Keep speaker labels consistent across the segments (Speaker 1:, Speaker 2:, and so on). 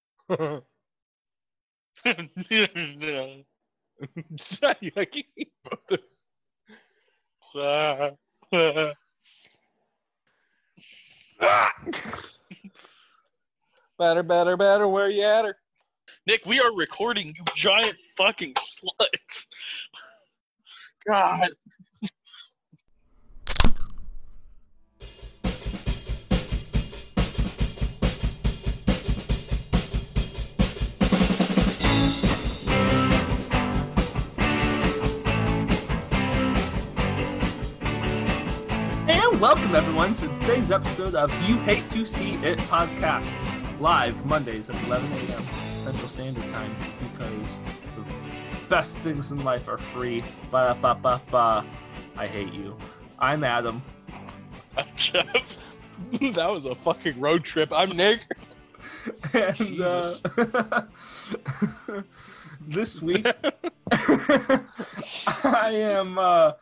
Speaker 1: じゃあ、焼き芋と。さあ、ああ
Speaker 2: Better, better, better. Where you at her?
Speaker 1: Nick, we are recording, you giant fucking slut. God.
Speaker 3: And welcome everyone to today's episode of You Hate to See It podcast, live Mondays at 11 a.m. Central Standard Time because the best things in life are free. Ba ba ba ba. I hate you. I'm Adam.
Speaker 1: I'm Jeff.
Speaker 2: that was a fucking road trip. I'm Nick.
Speaker 3: And,
Speaker 1: Jesus.
Speaker 3: uh, this week, I am. Uh,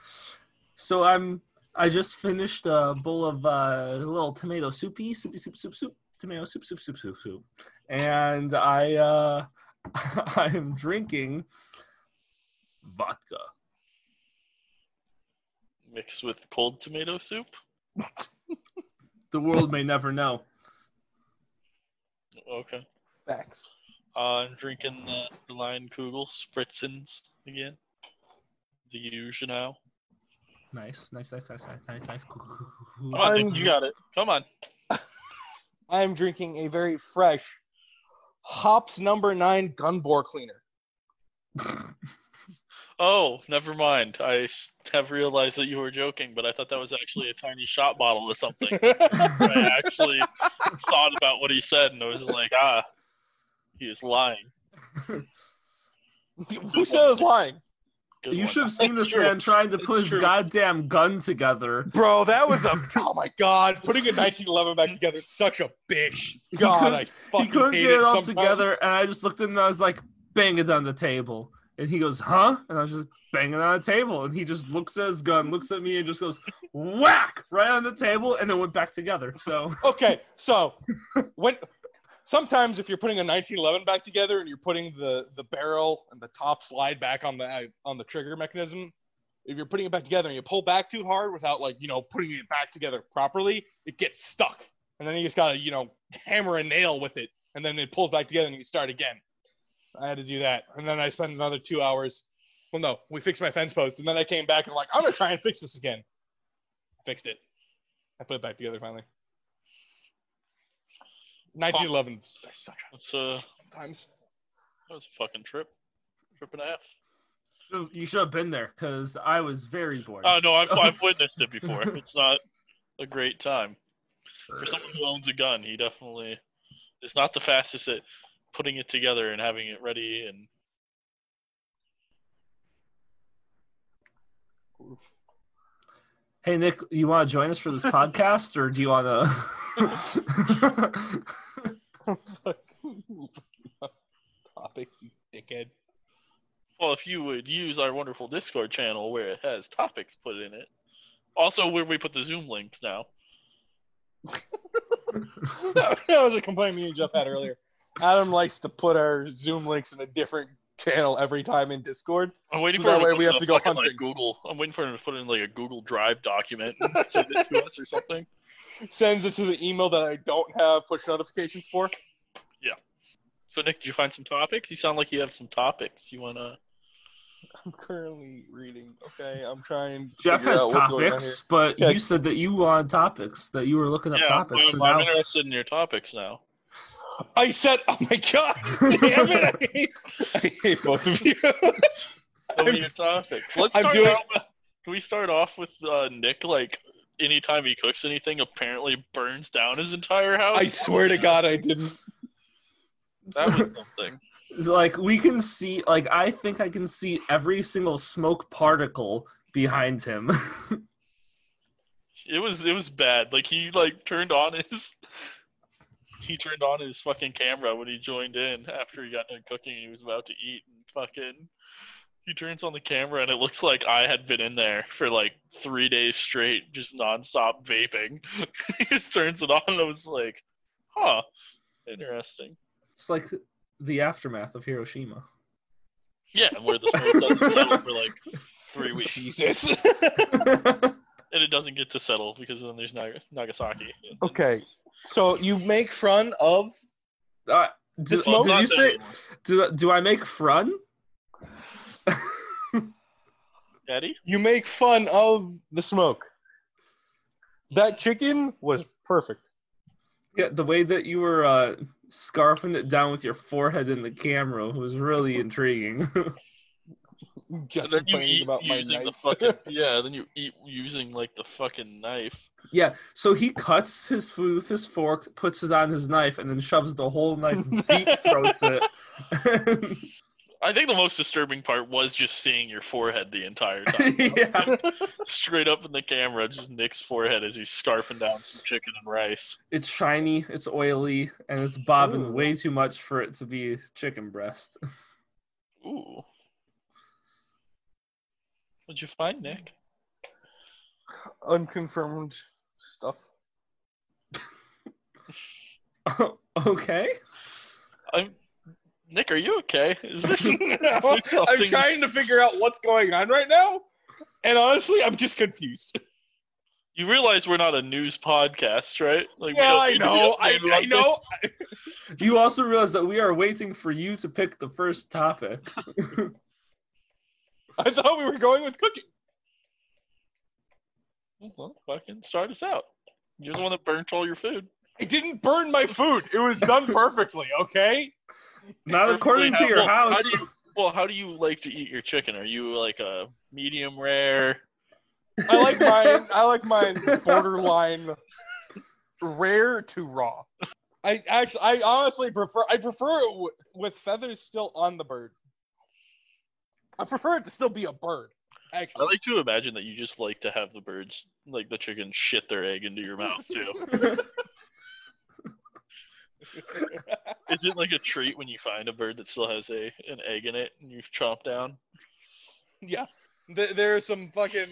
Speaker 3: so I'm. I just finished a bowl of uh, little tomato soupy, soupy soup, soup, soup, tomato soup, soup, soup, soup, soup, and I. Uh, I am drinking vodka.
Speaker 1: Mixed with cold tomato soup?
Speaker 3: The world may never know.
Speaker 1: Okay.
Speaker 2: Facts.
Speaker 1: Uh, I'm drinking the, the Lion Kugel Spritzens again. The usual.
Speaker 3: Nice, nice, nice, nice, nice, nice, nice. Cool, cool, cool,
Speaker 1: Come
Speaker 3: cool.
Speaker 1: on,
Speaker 2: I'm-
Speaker 1: Nick, Oh, you got it. Come on.
Speaker 2: I am drinking a very fresh hops number nine gun bore cleaner.
Speaker 1: Oh, never mind. I s- have realized that you were joking, but I thought that was actually a tiny shot bottle or something. I actually thought about what he said and I was like, ah, he is lying.
Speaker 2: Who said I was lying?
Speaker 1: Good
Speaker 3: You
Speaker 1: one.
Speaker 3: should have seen
Speaker 1: It's
Speaker 3: this
Speaker 1: true.
Speaker 3: man trying to
Speaker 1: It's
Speaker 3: put his
Speaker 1: true.
Speaker 3: goddamn gun together.
Speaker 2: Bro, that was a. Oh my god. Putting a 1911 back together is such a bitch.
Speaker 3: He
Speaker 2: God,
Speaker 3: couldn't-
Speaker 2: I
Speaker 3: He
Speaker 2: fucking
Speaker 3: couldn't
Speaker 2: hate
Speaker 3: get it all
Speaker 2: sometimes.
Speaker 3: together, and I just looked at him and I was like, bang it on the table. And he goes, huh? And I was just banging on the table. And he just looks at his gun, looks at me, and just goes, whack, right on the table, and then went back together. So,
Speaker 2: Okay, so when sometimes if you're putting a 1911 back together and you're putting the the barrel and the top slide back on the on the trigger mechanism, if you're putting it back together and you pull back too hard without like you know putting it back together properly, it gets stuck, and then you just gotta you know hammer a nail with it, and then it pulls back together and you start again. I had to do that, and then I spent another two hours. Well, no, we fixed my fence post, and then I came back and like I'm gonna try and fix this again. Fixed it. I put it back together finally. 1911 I suck
Speaker 1: That's a,
Speaker 2: sometimes.
Speaker 1: that was a fucking trip. Trip and a half.
Speaker 3: you should have been there because I was very bored.
Speaker 1: Oh, no, I've, I've witnessed it before. It's not a great time. For someone who owns a gun, he definitely is not the fastest at putting it together and having it ready and
Speaker 3: Hey, Nick, you want to join us for this podcast, or do you want to?
Speaker 2: Topics, you dickhead.
Speaker 1: Well, if you would use our wonderful Discord channel where it has topics put in it, also where we put the Zoom links now.
Speaker 2: that was a complaint me and Jeff had earlier. Adam likes to put our Zoom links in a different channel every time in Discord.
Speaker 1: I'm waiting
Speaker 2: So
Speaker 1: for
Speaker 2: that
Speaker 1: him
Speaker 2: way
Speaker 1: put
Speaker 2: we
Speaker 1: it
Speaker 2: have
Speaker 1: in
Speaker 2: to go
Speaker 1: a fucking, like,
Speaker 2: hunting.
Speaker 1: Google. I'm waiting for him to put it in like a Google Drive document and send it to us or something.
Speaker 2: Sends it to the email that I don't have push notifications for.
Speaker 1: So Nick, did you find some topics? You sound like you have some topics. You wanna?
Speaker 2: I'm currently reading. Okay, I'm trying. to
Speaker 3: Jeff
Speaker 2: figure
Speaker 3: has
Speaker 2: out what's going on
Speaker 3: topics, but
Speaker 2: Yeah.
Speaker 3: you said that you wanted topics, that you were looking up
Speaker 1: yeah,
Speaker 3: topics.
Speaker 1: I'm,
Speaker 3: so
Speaker 1: I'm
Speaker 3: now,
Speaker 1: interested in your topics now.
Speaker 2: here. I said, oh my god, damn it! I hate, I hate both of you.
Speaker 1: What were
Speaker 2: I'm-
Speaker 1: your topics? Let's
Speaker 2: I'm
Speaker 1: start
Speaker 2: doing-
Speaker 1: out with, Can we start off with uh, Nick? Like, anytime he cooks anything, apparently burns down his entire house.
Speaker 2: I swear to God, I didn't.
Speaker 1: that was something.
Speaker 3: like we can see, like I think I can see every single smoke particle behind him.
Speaker 1: It was it was bad. Like he like turned on his he turned on his fucking camera when he joined in after he got done cooking and he was about to eat and fucking he turns on the camera and it looks like I had been in there for like three days straight, just nonstop vaping. he just turns it on and I was like, huh, interesting.
Speaker 3: it's like the aftermath of Hiroshima.
Speaker 1: Yeah, where the smoke doesn't settle for like three weeks,
Speaker 2: Jesus.
Speaker 3: Uh,
Speaker 1: and it doesn't get to settle because then there's Nag- Nagasaki.
Speaker 2: okay, so you make fun of
Speaker 3: Uh, do,
Speaker 2: The smoke-
Speaker 3: did
Speaker 1: not
Speaker 3: you
Speaker 1: that
Speaker 3: say?
Speaker 1: anymore.
Speaker 3: Do, do I make fun?
Speaker 1: Daddy?
Speaker 2: you make fun of the smoke. That chicken was perfect.
Speaker 3: Yeah, the way that you were uh, scarfing it down with your forehead in the camera was really intriguing.
Speaker 2: Just
Speaker 1: then you
Speaker 2: complaining
Speaker 1: eat
Speaker 2: about my
Speaker 1: using the
Speaker 2: knife.
Speaker 1: fucking yeah. Then you eat using like the fucking knife.
Speaker 3: yeah, so he cuts his food with his fork, puts it on his knife, and then shoves the whole knife deep throats it.
Speaker 1: I think the most disturbing part was just seeing your forehead the entire time,
Speaker 3: yeah,
Speaker 1: straight up in the camera, just Nick's forehead as he's scarfing down some chicken and rice.
Speaker 3: it's shiny, it's oily, and it's bobbing
Speaker 2: Ooh.
Speaker 3: way too much for it to be chicken breast.
Speaker 1: Ooh. What'd you find, Nick?
Speaker 2: unconfirmed stuff.
Speaker 3: okay.
Speaker 1: I'm Nick, are you okay? Is there some-
Speaker 2: I'm
Speaker 1: something-
Speaker 2: trying to figure out what's going on right now, and honestly, I'm just confused.
Speaker 1: you realize we're not a news podcast, right? Like, we
Speaker 2: yeah,
Speaker 1: don't
Speaker 2: I
Speaker 1: need to be
Speaker 2: know. I,
Speaker 1: updated
Speaker 2: I
Speaker 1: on
Speaker 2: know.
Speaker 1: this.
Speaker 3: You also realize that we are waiting for you to pick the first topic.
Speaker 2: I thought we were going with cooking.
Speaker 1: Well, fucking start us out. You're the one that burnt all your food.
Speaker 2: I didn't burn my food. It was done perfectly. Okay.
Speaker 3: Not Oh, according to
Speaker 1: Perfectly
Speaker 3: your
Speaker 1: how- well,
Speaker 3: house.
Speaker 1: How do you, well, how do you like to eat your chicken? Are you like a medium rare?
Speaker 2: I like mine. I like mine borderline rare to raw. I actually, I honestly prefer. I prefer it w- with feathers still on the bird. I prefer it to still be a bird.
Speaker 1: I
Speaker 2: Actually,
Speaker 1: like to imagine that you just like to have the birds, like the chicken, shit their egg into your mouth too. Is it like a treat when you find a bird that still has a an egg in it and you chomp down?
Speaker 2: Yeah. Th- there are some fucking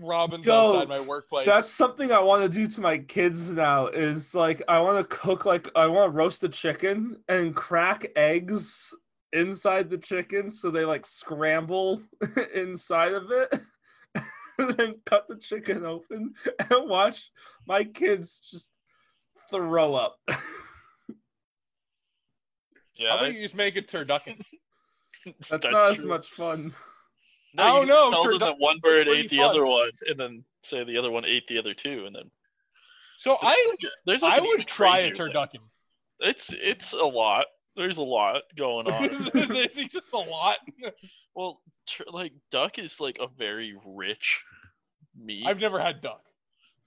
Speaker 2: robins
Speaker 3: Yo,
Speaker 2: outside my workplace.
Speaker 3: That's something I want to do to my kids now. Is like I want to cook like I want to roast a chicken and crack eggs inside the chicken so they like scramble inside of it. and then cut the chicken open and watch my kids just throw up.
Speaker 1: Yeah,
Speaker 2: How about
Speaker 1: I-
Speaker 2: you just make a turducken?
Speaker 3: That's, not as
Speaker 1: true.
Speaker 3: much fun.
Speaker 1: No,
Speaker 2: I
Speaker 1: you
Speaker 2: don't know,
Speaker 1: just Tell them
Speaker 2: turd-
Speaker 1: that one bird
Speaker 2: pretty
Speaker 1: ate the
Speaker 2: fun.
Speaker 1: other one, and then say the other one ate the other two, and then
Speaker 2: So I,
Speaker 1: there's like
Speaker 2: I
Speaker 1: an
Speaker 2: would
Speaker 1: even
Speaker 2: try a
Speaker 1: crazier thing.
Speaker 2: turducken.
Speaker 1: It's it's a lot. There's a lot going on.
Speaker 2: this is it's just a lot.
Speaker 1: well, tur like duck is like a very rich meat.
Speaker 2: I've never had duck.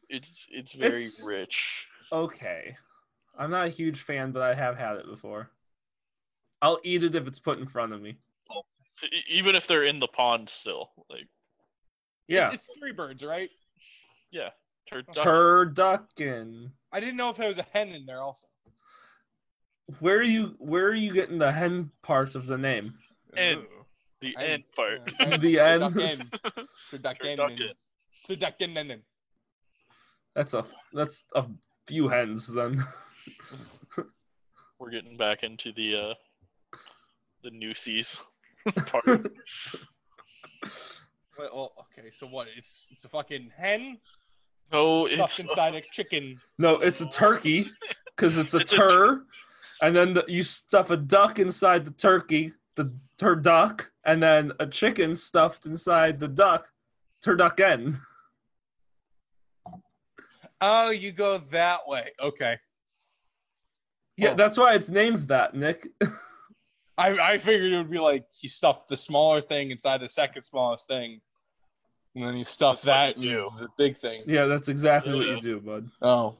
Speaker 1: It's it's very
Speaker 3: It's-
Speaker 1: rich.
Speaker 3: okay. I'm not a huge fan, but I have had it before. I'll eat it if it's put in front of me.
Speaker 1: F- e- Even if they're in the pond still, like
Speaker 3: Yeah,
Speaker 2: It's three birds, right?
Speaker 1: tur- duck.
Speaker 3: turducken.
Speaker 2: I didn't know if there was a hen in there also.
Speaker 3: Where are you? Where are you getting the hen part of the name?
Speaker 1: Hen. the
Speaker 2: I-
Speaker 1: end part.
Speaker 3: The end.
Speaker 2: Turducken. Turducken.
Speaker 1: Turducken.
Speaker 2: Turducken.
Speaker 3: That's a that's a few hens then.
Speaker 1: We're getting back into the uh the noosies part.
Speaker 2: Wait, well, okay, so what? It's it's a fucking hen
Speaker 1: No,
Speaker 2: stuffed
Speaker 1: it's uh,
Speaker 2: inside a chicken.
Speaker 3: No, it's a turkey because it's a
Speaker 1: It's a
Speaker 3: tur, and then the, you stuff a duck inside the turkey, the turduck, and then a chicken stuffed inside the duck, turducken.
Speaker 2: Oh, you go that way. Okay.
Speaker 3: Yeah,
Speaker 2: Oh.
Speaker 3: that's why it's named that, Nick.
Speaker 2: I, I figured it would be like he stuffed the smaller thing inside the second smallest thing, and then he stuffed
Speaker 1: That's
Speaker 2: that
Speaker 1: what you
Speaker 2: into the big thing.
Speaker 3: Yeah, that's exactly what
Speaker 1: Yeah.
Speaker 3: you do, bud.
Speaker 2: Oh,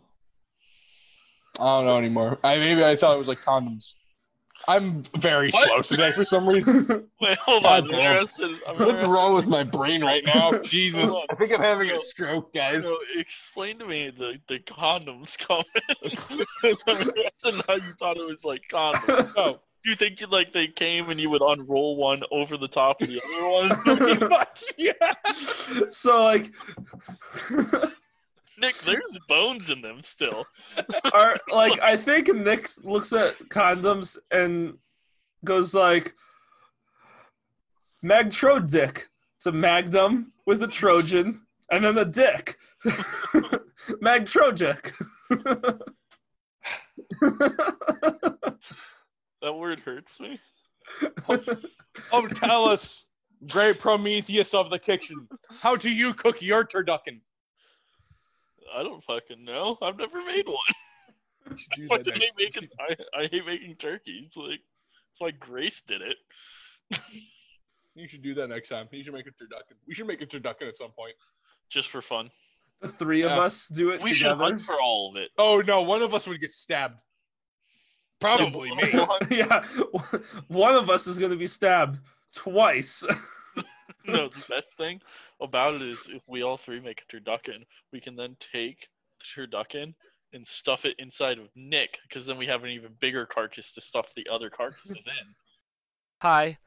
Speaker 2: I don't know anymore. I maybe I thought it was like condoms. I'm very
Speaker 1: What?
Speaker 2: slow today for some reason.
Speaker 1: Wait, hold
Speaker 2: God
Speaker 1: on. I'm
Speaker 2: damn.
Speaker 1: interested. I'm
Speaker 2: What's
Speaker 1: interested.
Speaker 2: wrong with my brain right now? Jesus,
Speaker 1: Hold
Speaker 2: I think I'm having a
Speaker 1: Yo.
Speaker 2: stroke, guys.
Speaker 1: So explain to me the, the condoms comment. 'Cause I'm interested in how you thought it was like condoms.
Speaker 2: So
Speaker 1: Do you think you, like they came and you would unroll one over the top of the other one?
Speaker 2: pretty much, yeah.
Speaker 3: so like
Speaker 1: Nick, there's bones in them still.
Speaker 3: are like I think Nick looks at condoms and goes like Magtrodick. It's a magnum with a Trojan and then a dick. Magtrodick.
Speaker 1: That word hurts me.
Speaker 2: Oh, tell us, great Prometheus of the kitchen, how do you cook your turducken?
Speaker 1: I don't fucking know. I've never made one.
Speaker 2: You should do
Speaker 1: Why
Speaker 2: that
Speaker 1: did they
Speaker 2: next-
Speaker 1: make it? I, I hate making turkeys. Like that's why Grace did it.
Speaker 2: You should do that next time. You should make a turducken. We should make a turducken at some point.
Speaker 1: Just for fun.
Speaker 3: The three of
Speaker 2: Yeah.
Speaker 3: us do it
Speaker 1: We should
Speaker 3: together.
Speaker 1: hunt for all of it.
Speaker 2: Oh no, one of us would get stabbed. Probably me.
Speaker 1: We'll hunt-
Speaker 3: yeah, one of us is going to be stabbed twice.
Speaker 1: no, the best thing about it is if we all three make a turducken, we can then take the turducken and stuff it inside of Nick, because then we have an even bigger carcass to stuff the other carcasses in.
Speaker 4: Hi,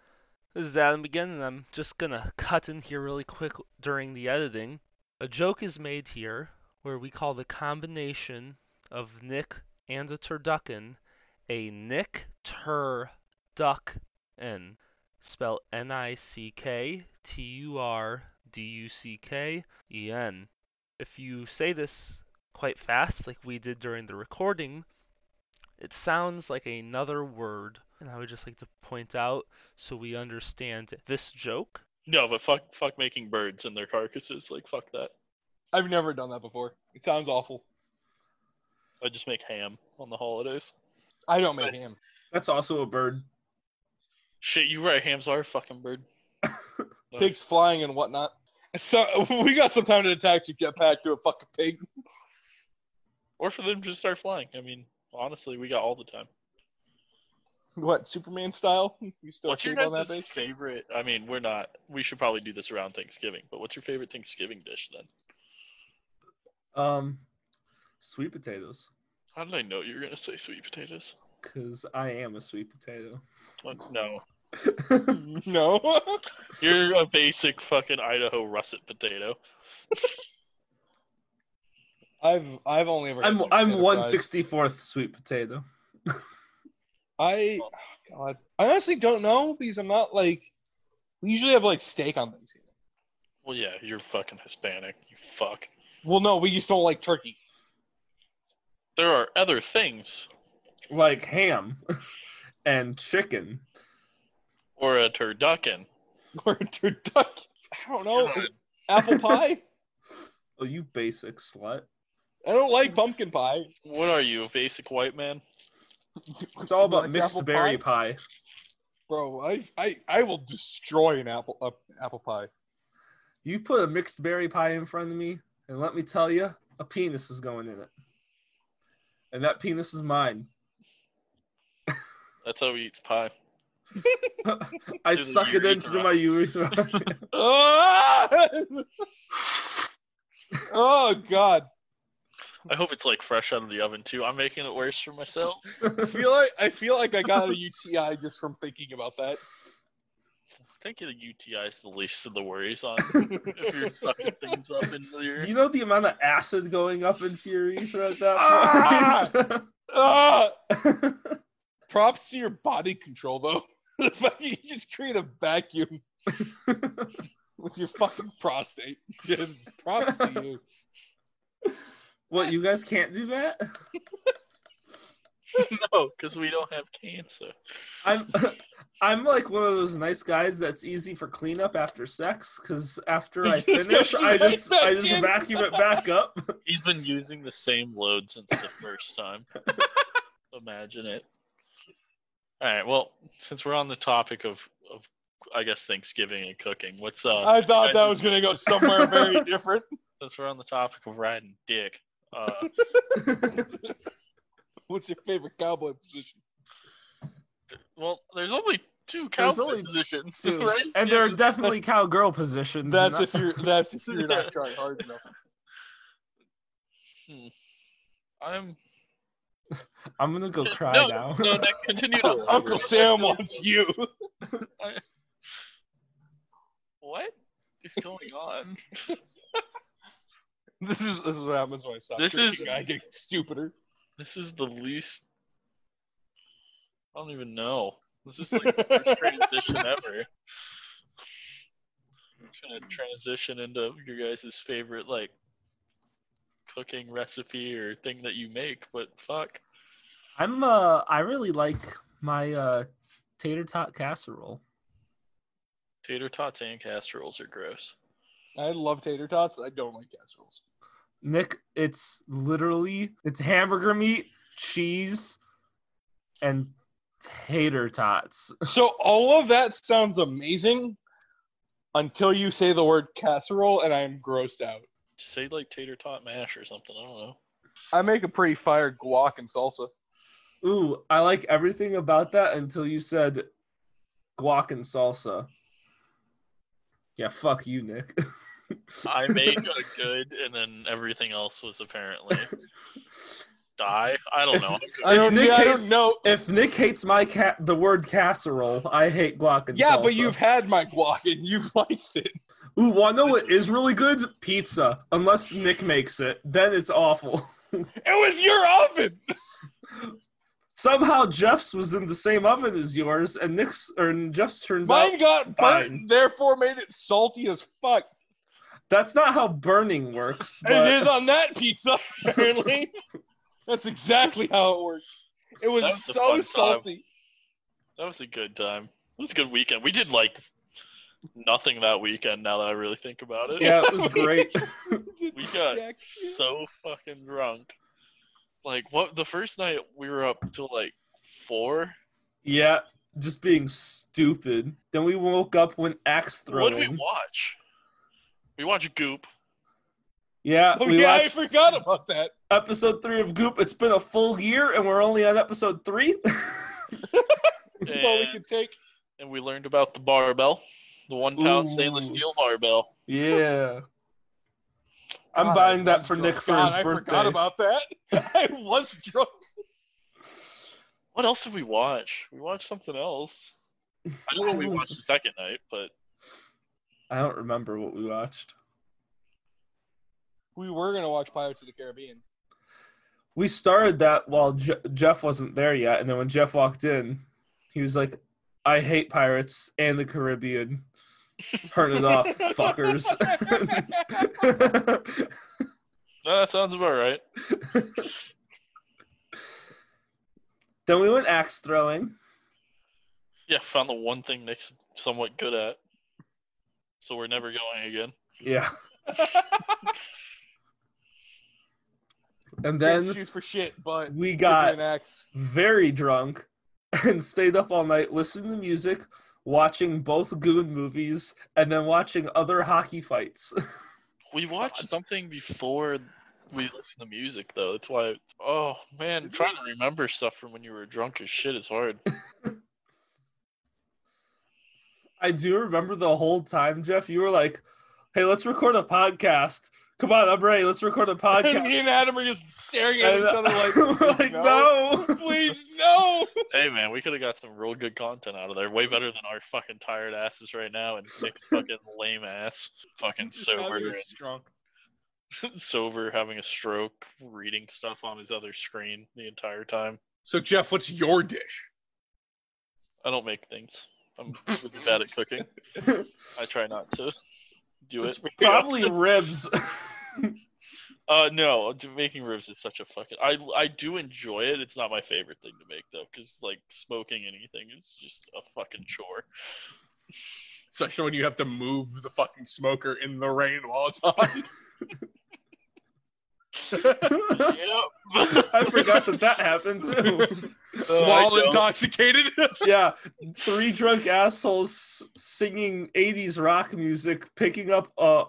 Speaker 4: this is Adam again, and I'm just gonna cut in here really quick during the editing. A joke is made here where we call the combination of Nick and a turducken a Nick Tur Duck N. Spell N I C K T U R D U C K E N. If you say this quite fast, like we did during the recording, it sounds like another word, and I would just like to point out so we understand this joke.
Speaker 1: No, but fuck, fuck making birds and their carcasses. Like fuck that.
Speaker 2: I've never done that before. It sounds awful.
Speaker 1: I just make ham on the holidays.
Speaker 2: I don't make ham.
Speaker 3: That's also a bird.
Speaker 1: Shit, you right. Hams are a fucking bird.
Speaker 2: Pigs flying and whatnot. So we got some time to attach a jetpack to a fucking pig.
Speaker 1: Or for them to just start flying. I mean, honestly, we got all the time.
Speaker 2: What Superman style? You still
Speaker 1: What's your
Speaker 2: cheap on that
Speaker 1: guys'
Speaker 2: base?
Speaker 1: favorite? I mean, we're not. We should probably do this around Thanksgiving. But what's your favorite Thanksgiving dish then?
Speaker 3: Um, sweet potatoes,
Speaker 1: How did I know you were gonna say sweet potatoes?
Speaker 3: because I am a sweet potato.
Speaker 1: What? No,
Speaker 2: No.
Speaker 1: you're a basic fucking Idaho russet potato.
Speaker 2: I've I've only ever. had
Speaker 3: I'm
Speaker 2: sweet
Speaker 3: I'm
Speaker 2: potato
Speaker 3: one
Speaker 2: fries.
Speaker 3: sixty fourth sweet potato.
Speaker 2: I oh, God, I honestly don't know because I'm not like. We usually have like steak on Thanksgiving.
Speaker 1: Well, yeah, you're fucking Hispanic. You fuck.
Speaker 2: Well, no, we just don't like turkey.
Speaker 1: There are other things,
Speaker 3: Like ham and chicken.
Speaker 1: or a turducken.
Speaker 2: Or turducken. I don't know.
Speaker 1: God.
Speaker 2: Apple pie.
Speaker 3: Oh, you basic slut.
Speaker 2: I don't like pumpkin pie.
Speaker 1: What are you, a basic white man?
Speaker 3: It's all about
Speaker 2: Likes apple
Speaker 3: mixed berry pie.
Speaker 2: bro. I, I I will destroy an apple uh, apple pie.
Speaker 3: You put a mixed berry pie in front of me, and let me tell you, a penis is going in it. And that penis is mine.
Speaker 1: That's how he eats pie.
Speaker 3: I
Speaker 1: Through the
Speaker 3: suck it in through
Speaker 1: urethra.
Speaker 3: my urethra.
Speaker 2: Ah! oh God!
Speaker 1: I hope it's like fresh out of the oven too. I'm making it worse for myself.
Speaker 2: I feel like I feel like I got a UTI just from thinking about that.
Speaker 1: I think the UTI is the least of the worries on if you're sucking things up in
Speaker 3: Do
Speaker 1: your.
Speaker 3: you know the amount of acid going up into your urethra at that
Speaker 2: Ah!
Speaker 3: point?
Speaker 2: Ah! Props to your body control though. The fact that you just create a vacuum with your fucking prostate. Just props to you.
Speaker 3: what, you guys can't do that?
Speaker 1: No, because we don't have cancer.
Speaker 3: I'm I'm like one of those nice guys that's easy for cleanup after sex because after I finish, I just I just vacuum it back up.
Speaker 1: He's been using the same load since the first time. Imagine it. All right. Well, since we're on the topic of, of I guess Thanksgiving and cooking, what's uh?
Speaker 2: I thought that was gonna go somewhere very different.
Speaker 1: since we're on the topic of riding dick, uh,
Speaker 2: What's your favorite cowboy position?
Speaker 1: well, there's only two
Speaker 3: There's
Speaker 1: cowboy
Speaker 3: only
Speaker 1: positions,
Speaker 3: Too.
Speaker 1: right?
Speaker 3: And there are definitely cowgirl positions.
Speaker 2: That's
Speaker 3: and
Speaker 2: if you're that's if you're not trying hard enough.
Speaker 1: Hmm. I'm
Speaker 3: I- I'm gonna go cry
Speaker 1: no,
Speaker 3: now.
Speaker 1: no, Nick, continue. to
Speaker 2: Uncle
Speaker 1: elaborate.
Speaker 2: Sam wants you.
Speaker 1: What is going on?
Speaker 2: This is this is what happens when I stop.
Speaker 1: This is-
Speaker 2: drinking. I get stupider.
Speaker 1: This is the least. I don't even know. This is like the worst transition ever. Just gonna transition into your guys' favorite like cooking recipe or thing that you make, but fuck.
Speaker 3: I'm uh I really like my uh tater tot casserole.
Speaker 1: Tater tots and casseroles are gross.
Speaker 2: I love tater tots. I don't like casseroles.
Speaker 3: Nick, it's literally it's hamburger meat, cheese, and tater tots.
Speaker 2: So all of that sounds amazing until you say the word casserole, and I'm grossed out.
Speaker 1: Say like tater tot mash or something. I don't know.
Speaker 2: I make a pretty fire guac and salsa.
Speaker 3: Ooh, I like everything about that until you said guac and salsa. Yeah, fuck you, Nick.
Speaker 1: I make a good, and then everything else was apparently die. I don't know.
Speaker 2: I don't,
Speaker 3: Nick
Speaker 2: yeah, I
Speaker 3: hate-
Speaker 2: don't know.
Speaker 3: if Nick hates my cat, the word casserole, I hate guac and
Speaker 2: Yeah,
Speaker 3: salsa.
Speaker 2: but you've had my guac and you've liked it.
Speaker 3: Ooh, wanna know
Speaker 1: This
Speaker 3: what
Speaker 1: is-
Speaker 3: is really good? Pizza. Unless Nick makes it, then it's awful.
Speaker 2: It was your oven.
Speaker 3: Somehow Jeff's was in the same oven as yours, and Nick's or Jeff's turns
Speaker 2: Mine
Speaker 3: out
Speaker 2: got burnt,
Speaker 3: fine.
Speaker 2: and therefore made it salty as fuck.
Speaker 3: that's not how burning works. But
Speaker 2: It is on that pizza, apparently. That's exactly how it works. It was,
Speaker 1: That was a fun
Speaker 2: so
Speaker 1: time.
Speaker 2: salty.
Speaker 1: That was a good time. It was a good weekend. We did like nothing that weekend. Now that I really think about it,
Speaker 3: yeah, it was great.
Speaker 1: we got
Speaker 2: Jack-
Speaker 1: so fucking drunk. Like what? The first night we were up till like four.
Speaker 3: yeah, just being stupid. Then we woke up when axe
Speaker 1: What did we
Speaker 3: throwing.
Speaker 1: watch? We watched Goop.
Speaker 3: yeah,
Speaker 2: Oh,
Speaker 3: we
Speaker 2: yeah, I
Speaker 3: watched
Speaker 2: forgot about that.
Speaker 3: episode three of Goop. It's been a full year, and we're only on episode three.
Speaker 2: That's all we
Speaker 1: And-
Speaker 2: could take.
Speaker 1: and we learned about the barbell, the one pound stainless
Speaker 3: Ooh.
Speaker 1: steel barbell.
Speaker 3: yeah, I'm
Speaker 2: God,
Speaker 3: buying
Speaker 2: I
Speaker 3: that
Speaker 2: was
Speaker 3: for
Speaker 2: drunk.
Speaker 3: Nick for
Speaker 2: God,
Speaker 3: his
Speaker 2: I forgot
Speaker 3: birthday.
Speaker 2: about that. I was drunk.
Speaker 1: What else did we watch? We watched something else. I don't know what we
Speaker 3: Wow.
Speaker 1: watched the second night, but
Speaker 3: I don't remember what we watched.
Speaker 2: We were gonna watch Pirates of the Caribbean.
Speaker 3: We started that while Je- Jeff wasn't there yet, and then when Jeff walked in, he was like, "I hate pirates and the Caribbean. Turn it off, fuckers."
Speaker 1: no, that sounds about right.
Speaker 3: then we went axe throwing.
Speaker 1: Yeah, found the one thing Nick's somewhat good at. So we're never going again.
Speaker 3: Yeah. and
Speaker 2: Didn't
Speaker 3: then
Speaker 2: shoot for shit, but give me
Speaker 3: we got
Speaker 2: an axe.
Speaker 3: very drunk and stayed up all night listening to music, watching both Goon movies, and then watching other hockey fights.
Speaker 1: We watched something before we listened to music, though. That's why. Oh man, trying to remember stuff from when you were drunk as shit is hard.
Speaker 3: I do remember the whole time, Jeff, you were like, hey, let's record a podcast. Come on, I'm ready. Let's record a
Speaker 2: And me
Speaker 3: podcast.
Speaker 2: and Adam are just staring at
Speaker 3: And,
Speaker 2: each other like,
Speaker 3: we're
Speaker 2: please
Speaker 3: like,
Speaker 2: no,
Speaker 3: no.
Speaker 2: please no.
Speaker 1: hey man, we could have got some real good content out of there. Way better than our fucking tired asses right now and Nick's fucking lame ass, fucking sober,
Speaker 2: Adam is drunk.
Speaker 1: and- sober, having a stroke, reading stuff on his other screen the entire time.
Speaker 2: So Jeff, what's your dish?
Speaker 1: I don't make things. I'm really bad at cooking. I try not to do it.
Speaker 3: It's Probably ribs.
Speaker 1: Uh, no, j- making ribs is such a fucking. I I do enjoy it. It's not my favorite thing to make though, because like smoking anything is just a fucking chore.
Speaker 2: Especially when you have to move the fucking smoker in the rain while it's on.
Speaker 3: I
Speaker 1: Yep.
Speaker 3: forgot that that happened too.
Speaker 1: I
Speaker 2: while
Speaker 1: don't.
Speaker 2: intoxicated.
Speaker 3: yeah, three drunk assholes singing 80s rock music, picking up a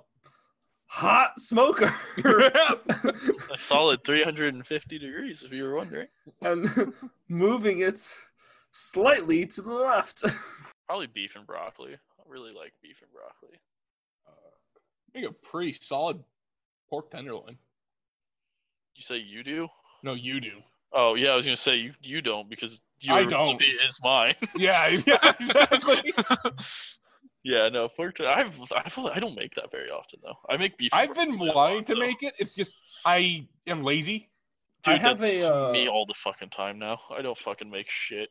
Speaker 3: hot smoker.
Speaker 1: a solid 350 degrees, if you were wondering.
Speaker 3: and moving it slightly to the left.
Speaker 1: Probably beef and broccoli. I really like beef and broccoli.
Speaker 2: Make a pretty solid pork tenderloin.
Speaker 1: You say you do?
Speaker 2: No, you do.
Speaker 1: Oh yeah, I was gonna say you, you don't because your
Speaker 2: I don't.
Speaker 1: recipe is mine.
Speaker 2: Yeah, yeah, exactly.
Speaker 1: yeah, no, pork. T- I've, I've I don't make that very often though. I make beef. and
Speaker 2: I've been
Speaker 1: broccoli a
Speaker 2: wanting
Speaker 1: lot,
Speaker 2: to
Speaker 1: though.
Speaker 2: make it. It's just I am lazy.
Speaker 1: Dude,
Speaker 3: I have
Speaker 1: that's
Speaker 3: a, uh,
Speaker 1: me all the fucking time now. I don't fucking make shit.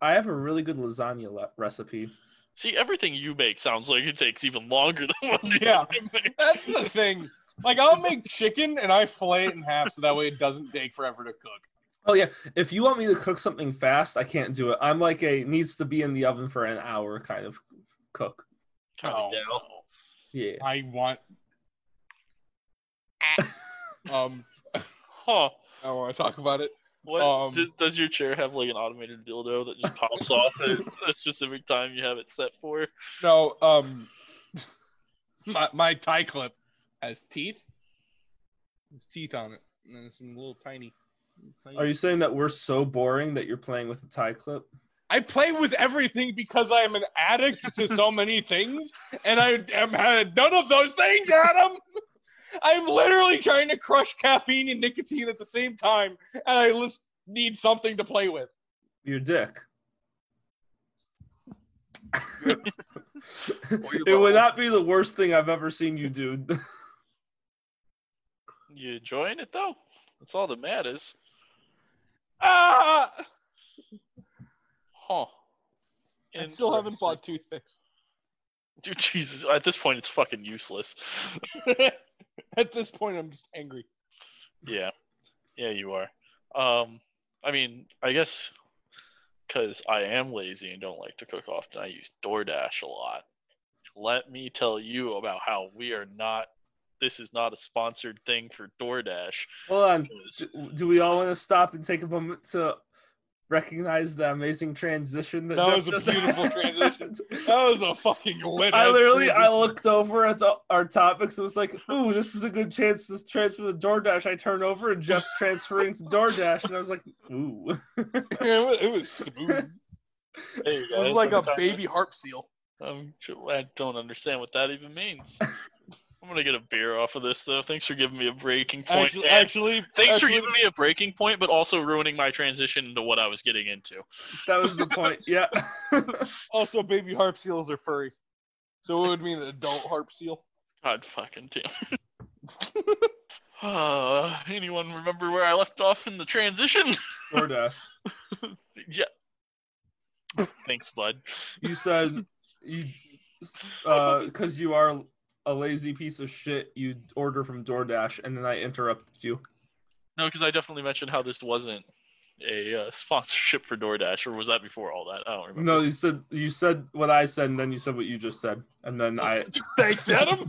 Speaker 3: I have a really good lasagna le- recipe.
Speaker 1: See, everything you make sounds like it takes even longer than what the
Speaker 2: Yeah.
Speaker 1: other make.
Speaker 2: That's the thing. Like I'll make chicken and I fillet it in half so that way it doesn't take forever to cook.
Speaker 3: Oh yeah, if you want me to cook something fast, I can't do it. I'm like a needs to be in the oven for an hour kind of cook.
Speaker 1: Kinda
Speaker 2: Oh,
Speaker 1: gal.
Speaker 3: Yeah.
Speaker 2: I want. um,
Speaker 1: Huh.
Speaker 2: I don't want to talk about it.
Speaker 1: What
Speaker 2: Um,
Speaker 1: d- does your chair have like an automated dildo that just pops off at a specific time you have it set for?
Speaker 2: No. Um, my my tie clip has teeth. There's teeth on it, and then some little tiny. tiny-
Speaker 3: Are you saying that we're so boring that you're playing with a tie clip?
Speaker 2: I play with everything because I am an addict to so many things, and I am had none of those things, Adam. I'm literally trying to crush caffeine and nicotine at the same time, and I just need something to play with.
Speaker 3: Your dick.
Speaker 1: your
Speaker 3: it would not be the worst thing I've ever seen you do.
Speaker 1: You enjoying it though? That's all that matters.
Speaker 2: Ah!
Speaker 1: Huh.
Speaker 2: I still haven't
Speaker 1: Interesting.
Speaker 2: bought toothpicks.
Speaker 1: Dude, Jesus. At this point, it's fucking useless.
Speaker 2: At this point, I'm just angry.
Speaker 1: yeah. Yeah, you are. Um, I mean, I guess because I am lazy and don't like to cook often, I use DoorDash a lot. Let me tell you about how we are not. This is not a sponsored thing for DoorDash.
Speaker 3: Hold on.
Speaker 1: 'cause-
Speaker 3: Do- Do we all want to stop and take a moment to recognize the amazing transition? That,
Speaker 2: That
Speaker 3: Jeff
Speaker 2: was a
Speaker 3: just
Speaker 2: beautiful
Speaker 3: had?
Speaker 2: transition. That was a fucking lit.
Speaker 3: I
Speaker 2: ass
Speaker 3: literally I
Speaker 2: transition.
Speaker 3: looked over at the, our topics and was like, "Ooh, this is a good chance to transfer to DoorDash." I turn over and Jeff's transferring to DoorDash, and I was like, "Ooh."
Speaker 2: it, was, it was smooth.
Speaker 1: Hey,
Speaker 2: It was
Speaker 1: guys,
Speaker 2: like
Speaker 1: I'm
Speaker 2: a
Speaker 1: kinda-
Speaker 2: baby harp seal.
Speaker 1: I'm, ju- I don't understand what that even means. I'm gonna get a beer off of this though. Thanks for giving me a breaking point.
Speaker 2: Actually,
Speaker 1: and-
Speaker 2: actually,
Speaker 1: Thanks
Speaker 2: actually-
Speaker 1: for giving me a breaking point, but also ruining my transition into what I was getting into.
Speaker 3: That was the point. Yeah.
Speaker 2: Also, baby harp seals are furry, so it would mean an adult harp seal.
Speaker 1: God fucking damn. Uh, anyone remember where I left off in the transition?
Speaker 3: DoorDash.
Speaker 1: yeah. Thanks, bud.
Speaker 3: You said you because you are a lazy piece of shit. You order from DoorDash, and then I interrupted you.
Speaker 1: No, because I definitely mentioned how this wasn't a uh, sponsorship for DoorDash, or was that before all that? I don't remember.
Speaker 3: No, you said you said what I said, and then you said what you just said, and then I
Speaker 2: Thanks, Adam.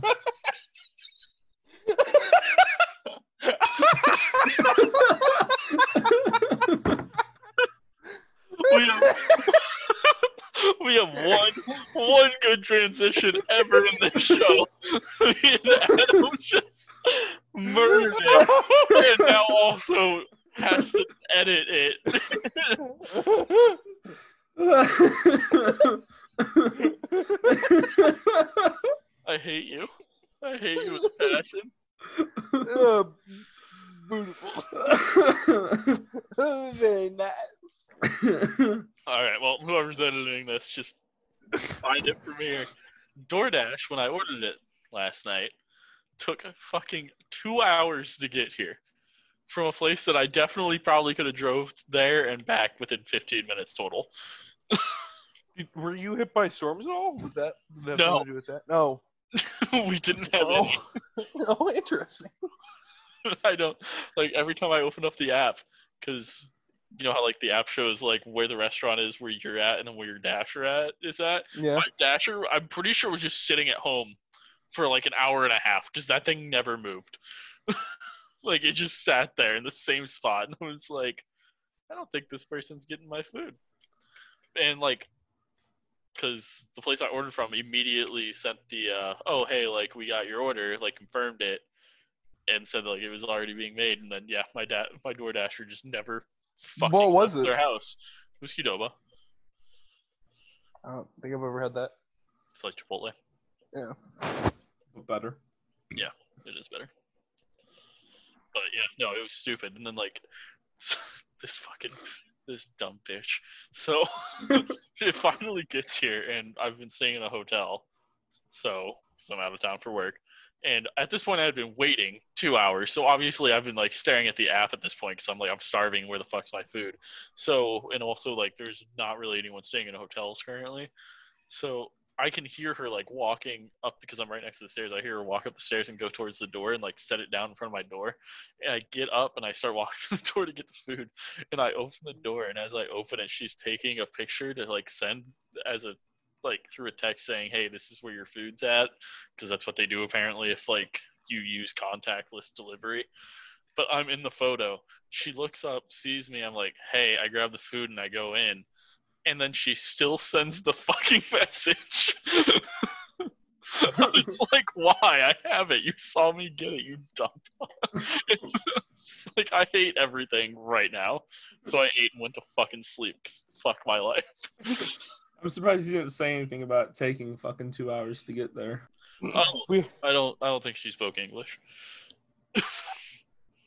Speaker 1: we have, we have one one good transition ever in this show. Me and Adam just murdered it, and now also has to edit it. I hate you. I hate you with passion.
Speaker 2: Uh, beautiful. Very nice.
Speaker 1: All right. Well, whoever's editing this, just find it from here. DoorDash, when I ordered it last night, took a fucking two hours to get here from a place that I definitely probably could have drove there and back within 15 minutes total.
Speaker 2: Were you hit by storms at all? Was that did that have
Speaker 1: No.
Speaker 2: something to do with that? No.
Speaker 1: we didn't have
Speaker 2: Oh. oh, interesting.
Speaker 1: any. I don't like every time I open up the app because you know how like the app shows like where the restaurant is, where you're at, and then where your dasher at is at.
Speaker 2: Yeah.
Speaker 1: my dasher i'm pretty sure was just sitting at home for like an hour and a half because that thing never moved like it just sat there in the same spot and i was like i don't think this person's getting my food and like because the place i ordered from immediately sent the uh, oh hey like we got your order like confirmed it and said like it was already being made and then yeah my dad my door dasher just never fucking
Speaker 2: What was
Speaker 1: left
Speaker 2: it?
Speaker 1: their house it was qdoba
Speaker 2: I don't think I've ever had that.
Speaker 1: it's like chipotle
Speaker 2: Yeah.
Speaker 3: better.
Speaker 1: It is better. But yeah, no, it was stupid. And then like this fucking this dumb bitch. So it finally gets here, and I've been staying in a hotel, so 'cause I'm out of town for work. And at this point, I had been waiting two hours. So obviously, I've been like staring at the app at this point because I'm like, I'm starving. Where the fuck's my food? So, and also, like, there's not really anyone staying in hotels currently. So I can hear her like walking up because I'm right next to the stairs. I hear her walk up the stairs and go towards the door and like set it down in front of my door. And I get up and I start walking to the door to get the food. And I open the door. And as I open it, she's taking a picture to like send as a like through a text saying, "Hey, this is where your food's at," because that's what they do apparently if like you use contactless delivery. But I'm in the photo. She looks up, sees me. I'm like, "Hey," I grab the food and I go in, and then she still sends the fucking message. It's like, why? I have it. You saw me get it. You dumb. it's like I hate everything right now, so I ate and went to fucking sleep. 'cause fuck my life.
Speaker 3: I'm surprised you didn't say anything about taking fucking two hours to get there.
Speaker 1: Oh,
Speaker 2: We
Speaker 1: I don't. I don't think she spoke English.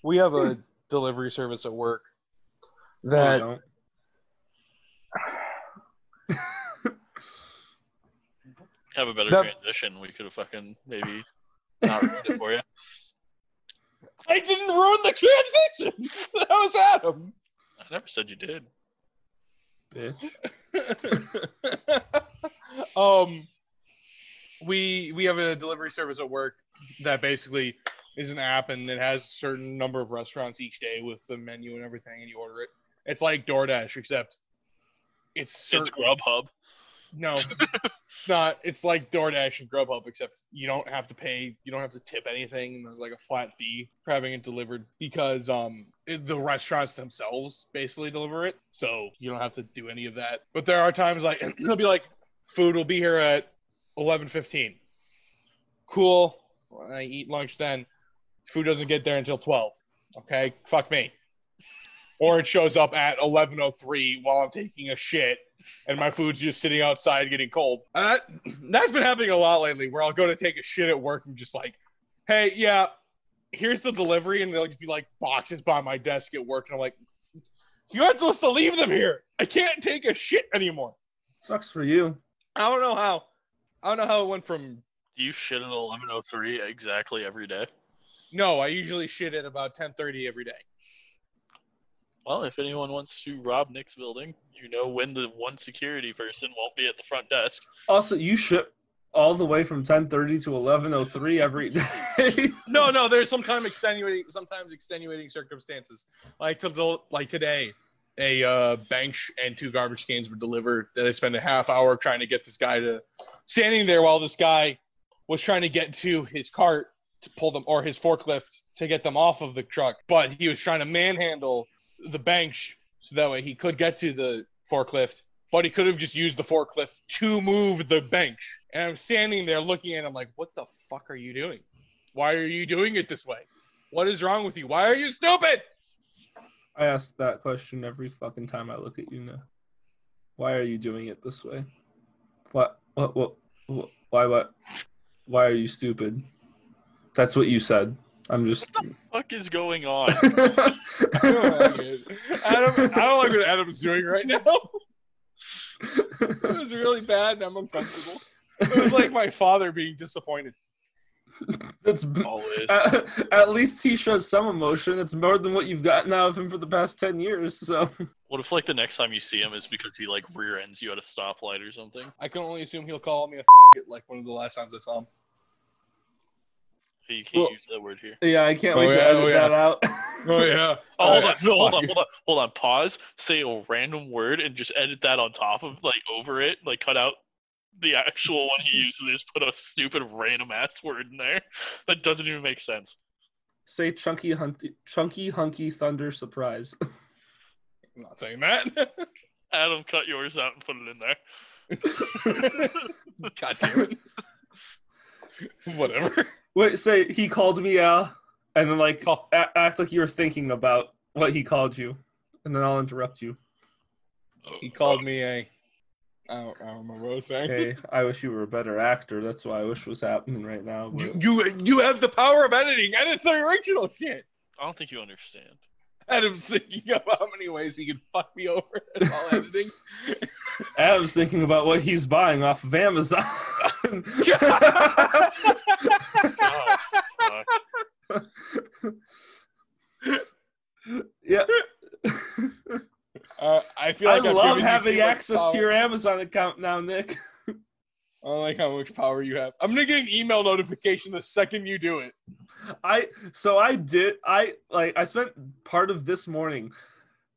Speaker 2: we have a delivery service at work
Speaker 3: No,
Speaker 2: that
Speaker 3: you don't.
Speaker 1: have a better
Speaker 2: That-
Speaker 1: transition, we could have fucking maybe not ruined it for you.
Speaker 2: I didn't ruin the transition. that was Adam.
Speaker 1: I never said you did.
Speaker 3: Bitch.
Speaker 2: um, we we have a delivery service at work that basically is an app and it has a certain number of restaurants each day with the menu and everything, and you order it. It's like DoorDash, except it's certain,
Speaker 1: It's Grubhub.
Speaker 2: No, it's not. It's like DoorDash and Grubhub, except you don't have to pay, you don't have to tip anything. There's like a flat fee for having it delivered because um it- the restaurants themselves basically deliver it, so you don't have to do any of that. But there are times like they'll be like, food will be here at 11:15. Cool. I eat lunch then. Food doesn't get there until 12. Okay, fuck me. Or it shows up at 11:03 while I'm taking a shit and my food's just sitting outside getting cold. Uh, that's been happening a lot lately where I'll go to take a shit at work and just like, hey, yeah, here's the delivery. And they'll just be like boxes by my desk at work. And I'm like, you aren't supposed to leave them here. I can't take a shit anymore.
Speaker 3: Sucks for you.
Speaker 2: I don't know how. I don't know how it went from.
Speaker 1: Do you shit at eleven oh three exactly every day?
Speaker 2: No, I usually shit at about 10:30 every day.
Speaker 1: Well, if anyone wants to rob Nick's building, you know when the one security person won't be at the front desk.
Speaker 3: Also, you ship all the way from 10:30 to 11:03 every day.
Speaker 2: No, no, there's sometimes extenuating, sometimes extenuating circumstances. Like to the, like today, a uh, bank sh- and two garbage cans were delivered that I spent a half hour trying to get this guy to standing there while this guy was trying to get to his cart to pull them or his forklift to get them off of the truck, but he was trying to manhandle the bank sh- so that way he could get to the forklift. But he could have just used the forklift to move the bench. And I'm standing there looking at him like, what the fuck are you doing? Why are you doing it this way? What is wrong with you? Why are you stupid?
Speaker 3: I ask that question every fucking time I look at you now. Why are you doing it this way? What? What? What? what why? What? Why are you stupid? That's what you said. I'm just.
Speaker 1: Fuck is going on?
Speaker 2: I don't like it. Adam, I don't like what Adam's doing right now. It was really bad and I'm uncomfortable. It was like my father being disappointed.
Speaker 3: That's.
Speaker 1: Always.
Speaker 3: At, at least he shows some emotion. It's more than what you've gotten out of him for the past ten years. So
Speaker 1: What if like the next time you see him is because he like rear ends you at a stoplight or something?
Speaker 2: I can only assume he'll call me a faggot like one of the last times I saw him.
Speaker 1: Hey, you can't
Speaker 3: Well-
Speaker 1: use that word here.
Speaker 3: yeah, I can't
Speaker 2: Oh,
Speaker 3: wait to
Speaker 2: yeah,
Speaker 3: edit
Speaker 2: oh, yeah.
Speaker 3: that out.
Speaker 2: yeah.
Speaker 1: Oh, hold on,
Speaker 2: yeah.
Speaker 1: no, hold
Speaker 2: Fuck
Speaker 1: on,
Speaker 2: you.
Speaker 1: hold on, hold on. Pause. Say a random word and just edit that on top of, like, over it. Like, cut out the actual one he used and just put a stupid random ass word in there that doesn't even make sense.
Speaker 3: Say chunky, hunty, chunky, hunky thunder surprise.
Speaker 2: I'm not saying that.
Speaker 1: Adam, cut yours out and put it in there.
Speaker 2: God damn it. Whatever.
Speaker 3: Wait, say he called me out, and then like
Speaker 2: Call-
Speaker 3: a- act like you were thinking about what he called you, and then I'll interrupt you.
Speaker 2: He called me a. I don't, I don't remember what I was saying.
Speaker 3: Okay, I wish you were a better actor. That's what I wish was happening right now.
Speaker 2: You,
Speaker 3: but-
Speaker 2: you you have the power of editing. Edit the original shit.
Speaker 1: I don't think you understand.
Speaker 2: Adam's thinking of how many ways he could fuck me over while editing.
Speaker 3: Adam's thinking about what he's buying off of Amazon.
Speaker 2: God.
Speaker 1: God
Speaker 3: Yeah.
Speaker 2: Uh, I feel
Speaker 3: I
Speaker 2: like I've
Speaker 3: love
Speaker 2: given you too
Speaker 3: having
Speaker 2: much
Speaker 3: access
Speaker 2: power.
Speaker 3: to your Amazon account now, Nick.
Speaker 2: I don't like how much power you have. I'm gonna get an email notification the second you do it.
Speaker 3: I so I did I like I spent part of this morning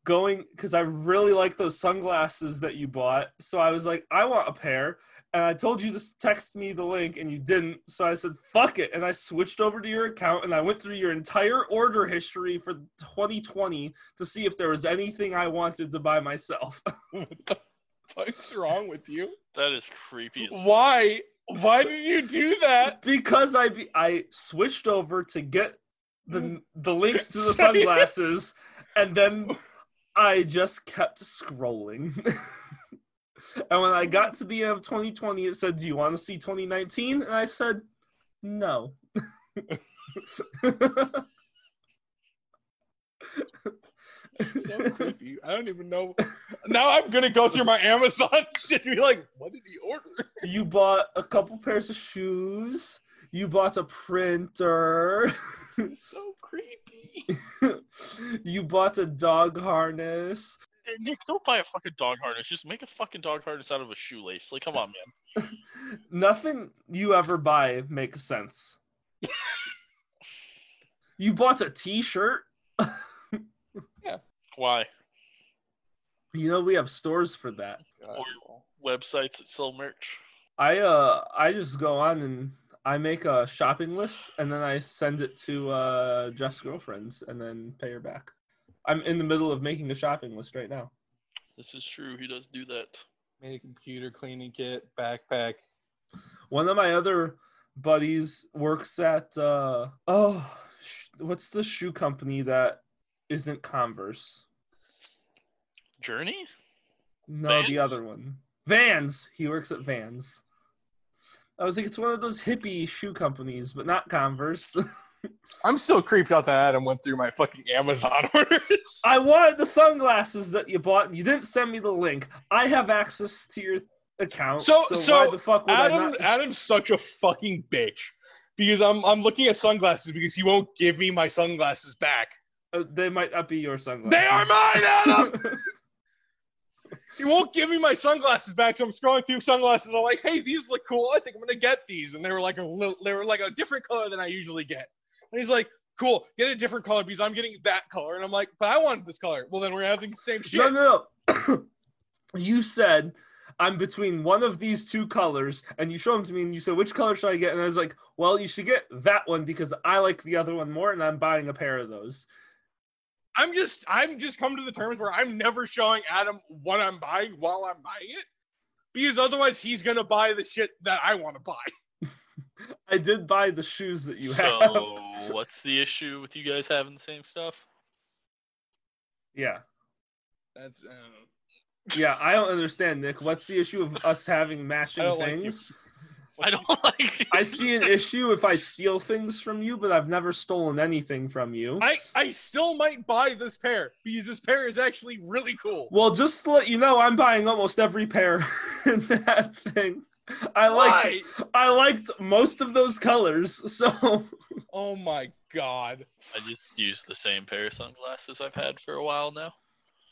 Speaker 3: going because I really like those sunglasses that you bought. So I was like, I want a pair. And I told you to s- text me the link and you didn't. So I said, fuck it. And I switched over to your account and I went through your entire order history for 2020 to see if there was anything I wanted to buy myself.
Speaker 2: What the fuck's wrong with you?
Speaker 1: That is creepy as
Speaker 2: Why? Why did you do that?
Speaker 3: because I be, I switched over to get the the links to the
Speaker 2: Sorry.
Speaker 3: sunglasses, and then I just kept scrolling. and when I got to the end of 2020, it said, "Do you want to see 2019?" And I said, "No."
Speaker 2: It's so creepy. I don't even know. Now I'm gonna go through my Amazon shit and be like, what did he order?
Speaker 3: you bought a couple pairs of shoes. You bought a printer.
Speaker 2: This is so creepy.
Speaker 3: you bought a dog harness.
Speaker 1: Nick, don't buy a fucking dog harness. Just make a fucking dog harness out of a shoelace. Like, come on, man.
Speaker 3: Nothing you ever buy makes sense. you bought a t-shirt?
Speaker 1: Why?
Speaker 3: You know we have stores for that.
Speaker 1: Websites that sell merch.
Speaker 3: I uh I just go on and I make a shopping list and then I send it to uh Jeff's girlfriends and then pay her back. I'm in the middle of making a shopping list right now.
Speaker 1: This is true. He does do that.
Speaker 2: Made a computer cleaning kit, backpack.
Speaker 3: One of my other buddies works at uh oh sh- what's the shoe company that isn't Converse?
Speaker 1: Journeys?
Speaker 3: No, the
Speaker 1: Vans?
Speaker 3: other one. Vans. He works at Vans. I was like, it's one of those hippie shoe companies, but not Converse.
Speaker 2: I'm still creeped out that Adam went through my fucking Amazon orders.
Speaker 3: I wanted the sunglasses that you bought, and you didn't send me the link. I have access to your account, so
Speaker 2: So-
Speaker 3: so,
Speaker 2: so
Speaker 3: why the fuck would I
Speaker 2: Adam
Speaker 3: not?
Speaker 2: Adam's such a fucking bitch. Because I'm I'm looking at sunglasses because he won't give me my sunglasses back.
Speaker 3: Uh, they might not be your sunglasses.
Speaker 2: They are mine, Adam! he won't give me my sunglasses back, so I'm scrolling through sunglasses. I'm like, hey, these look cool. I think I'm gonna get these. And they were like a little, they were like a different color than I usually get. And he's like, cool, get a different color because I'm getting that color. And I'm like, but I wanted this color. Well, then we're having the same shit.
Speaker 3: No, no, no. you said I'm between one of these two colors, and you show them to me, and you said, "Which color should I get?" And I was like, "Well, you should get that one because I like the other one more, and I'm buying a pair of those."
Speaker 2: I'm just, I'm just come to the terms where I'm never showing Adam what I'm buying while I'm buying it. Because otherwise, he's gonna buy the shit that I want to buy.
Speaker 3: I did buy the shoes that you have.
Speaker 1: So, what's the issue with you guys having the same stuff?
Speaker 3: Yeah,
Speaker 2: That's uh,
Speaker 3: yeah. I don't understand, Nick. What's the issue of us having
Speaker 2: I
Speaker 3: matching
Speaker 2: don't like you.
Speaker 3: things?
Speaker 1: I don't like.
Speaker 3: I see an issue if I steal things from you, but I've never stolen anything from you.
Speaker 2: I, I still might buy this pair because this pair is actually really cool.
Speaker 3: Well, just to let you know, I'm buying almost every pair in that thing. I liked
Speaker 2: Why?
Speaker 3: I liked most of those colors, so
Speaker 2: Oh my god.
Speaker 1: I just use the same pair of sunglasses I've had for a while now.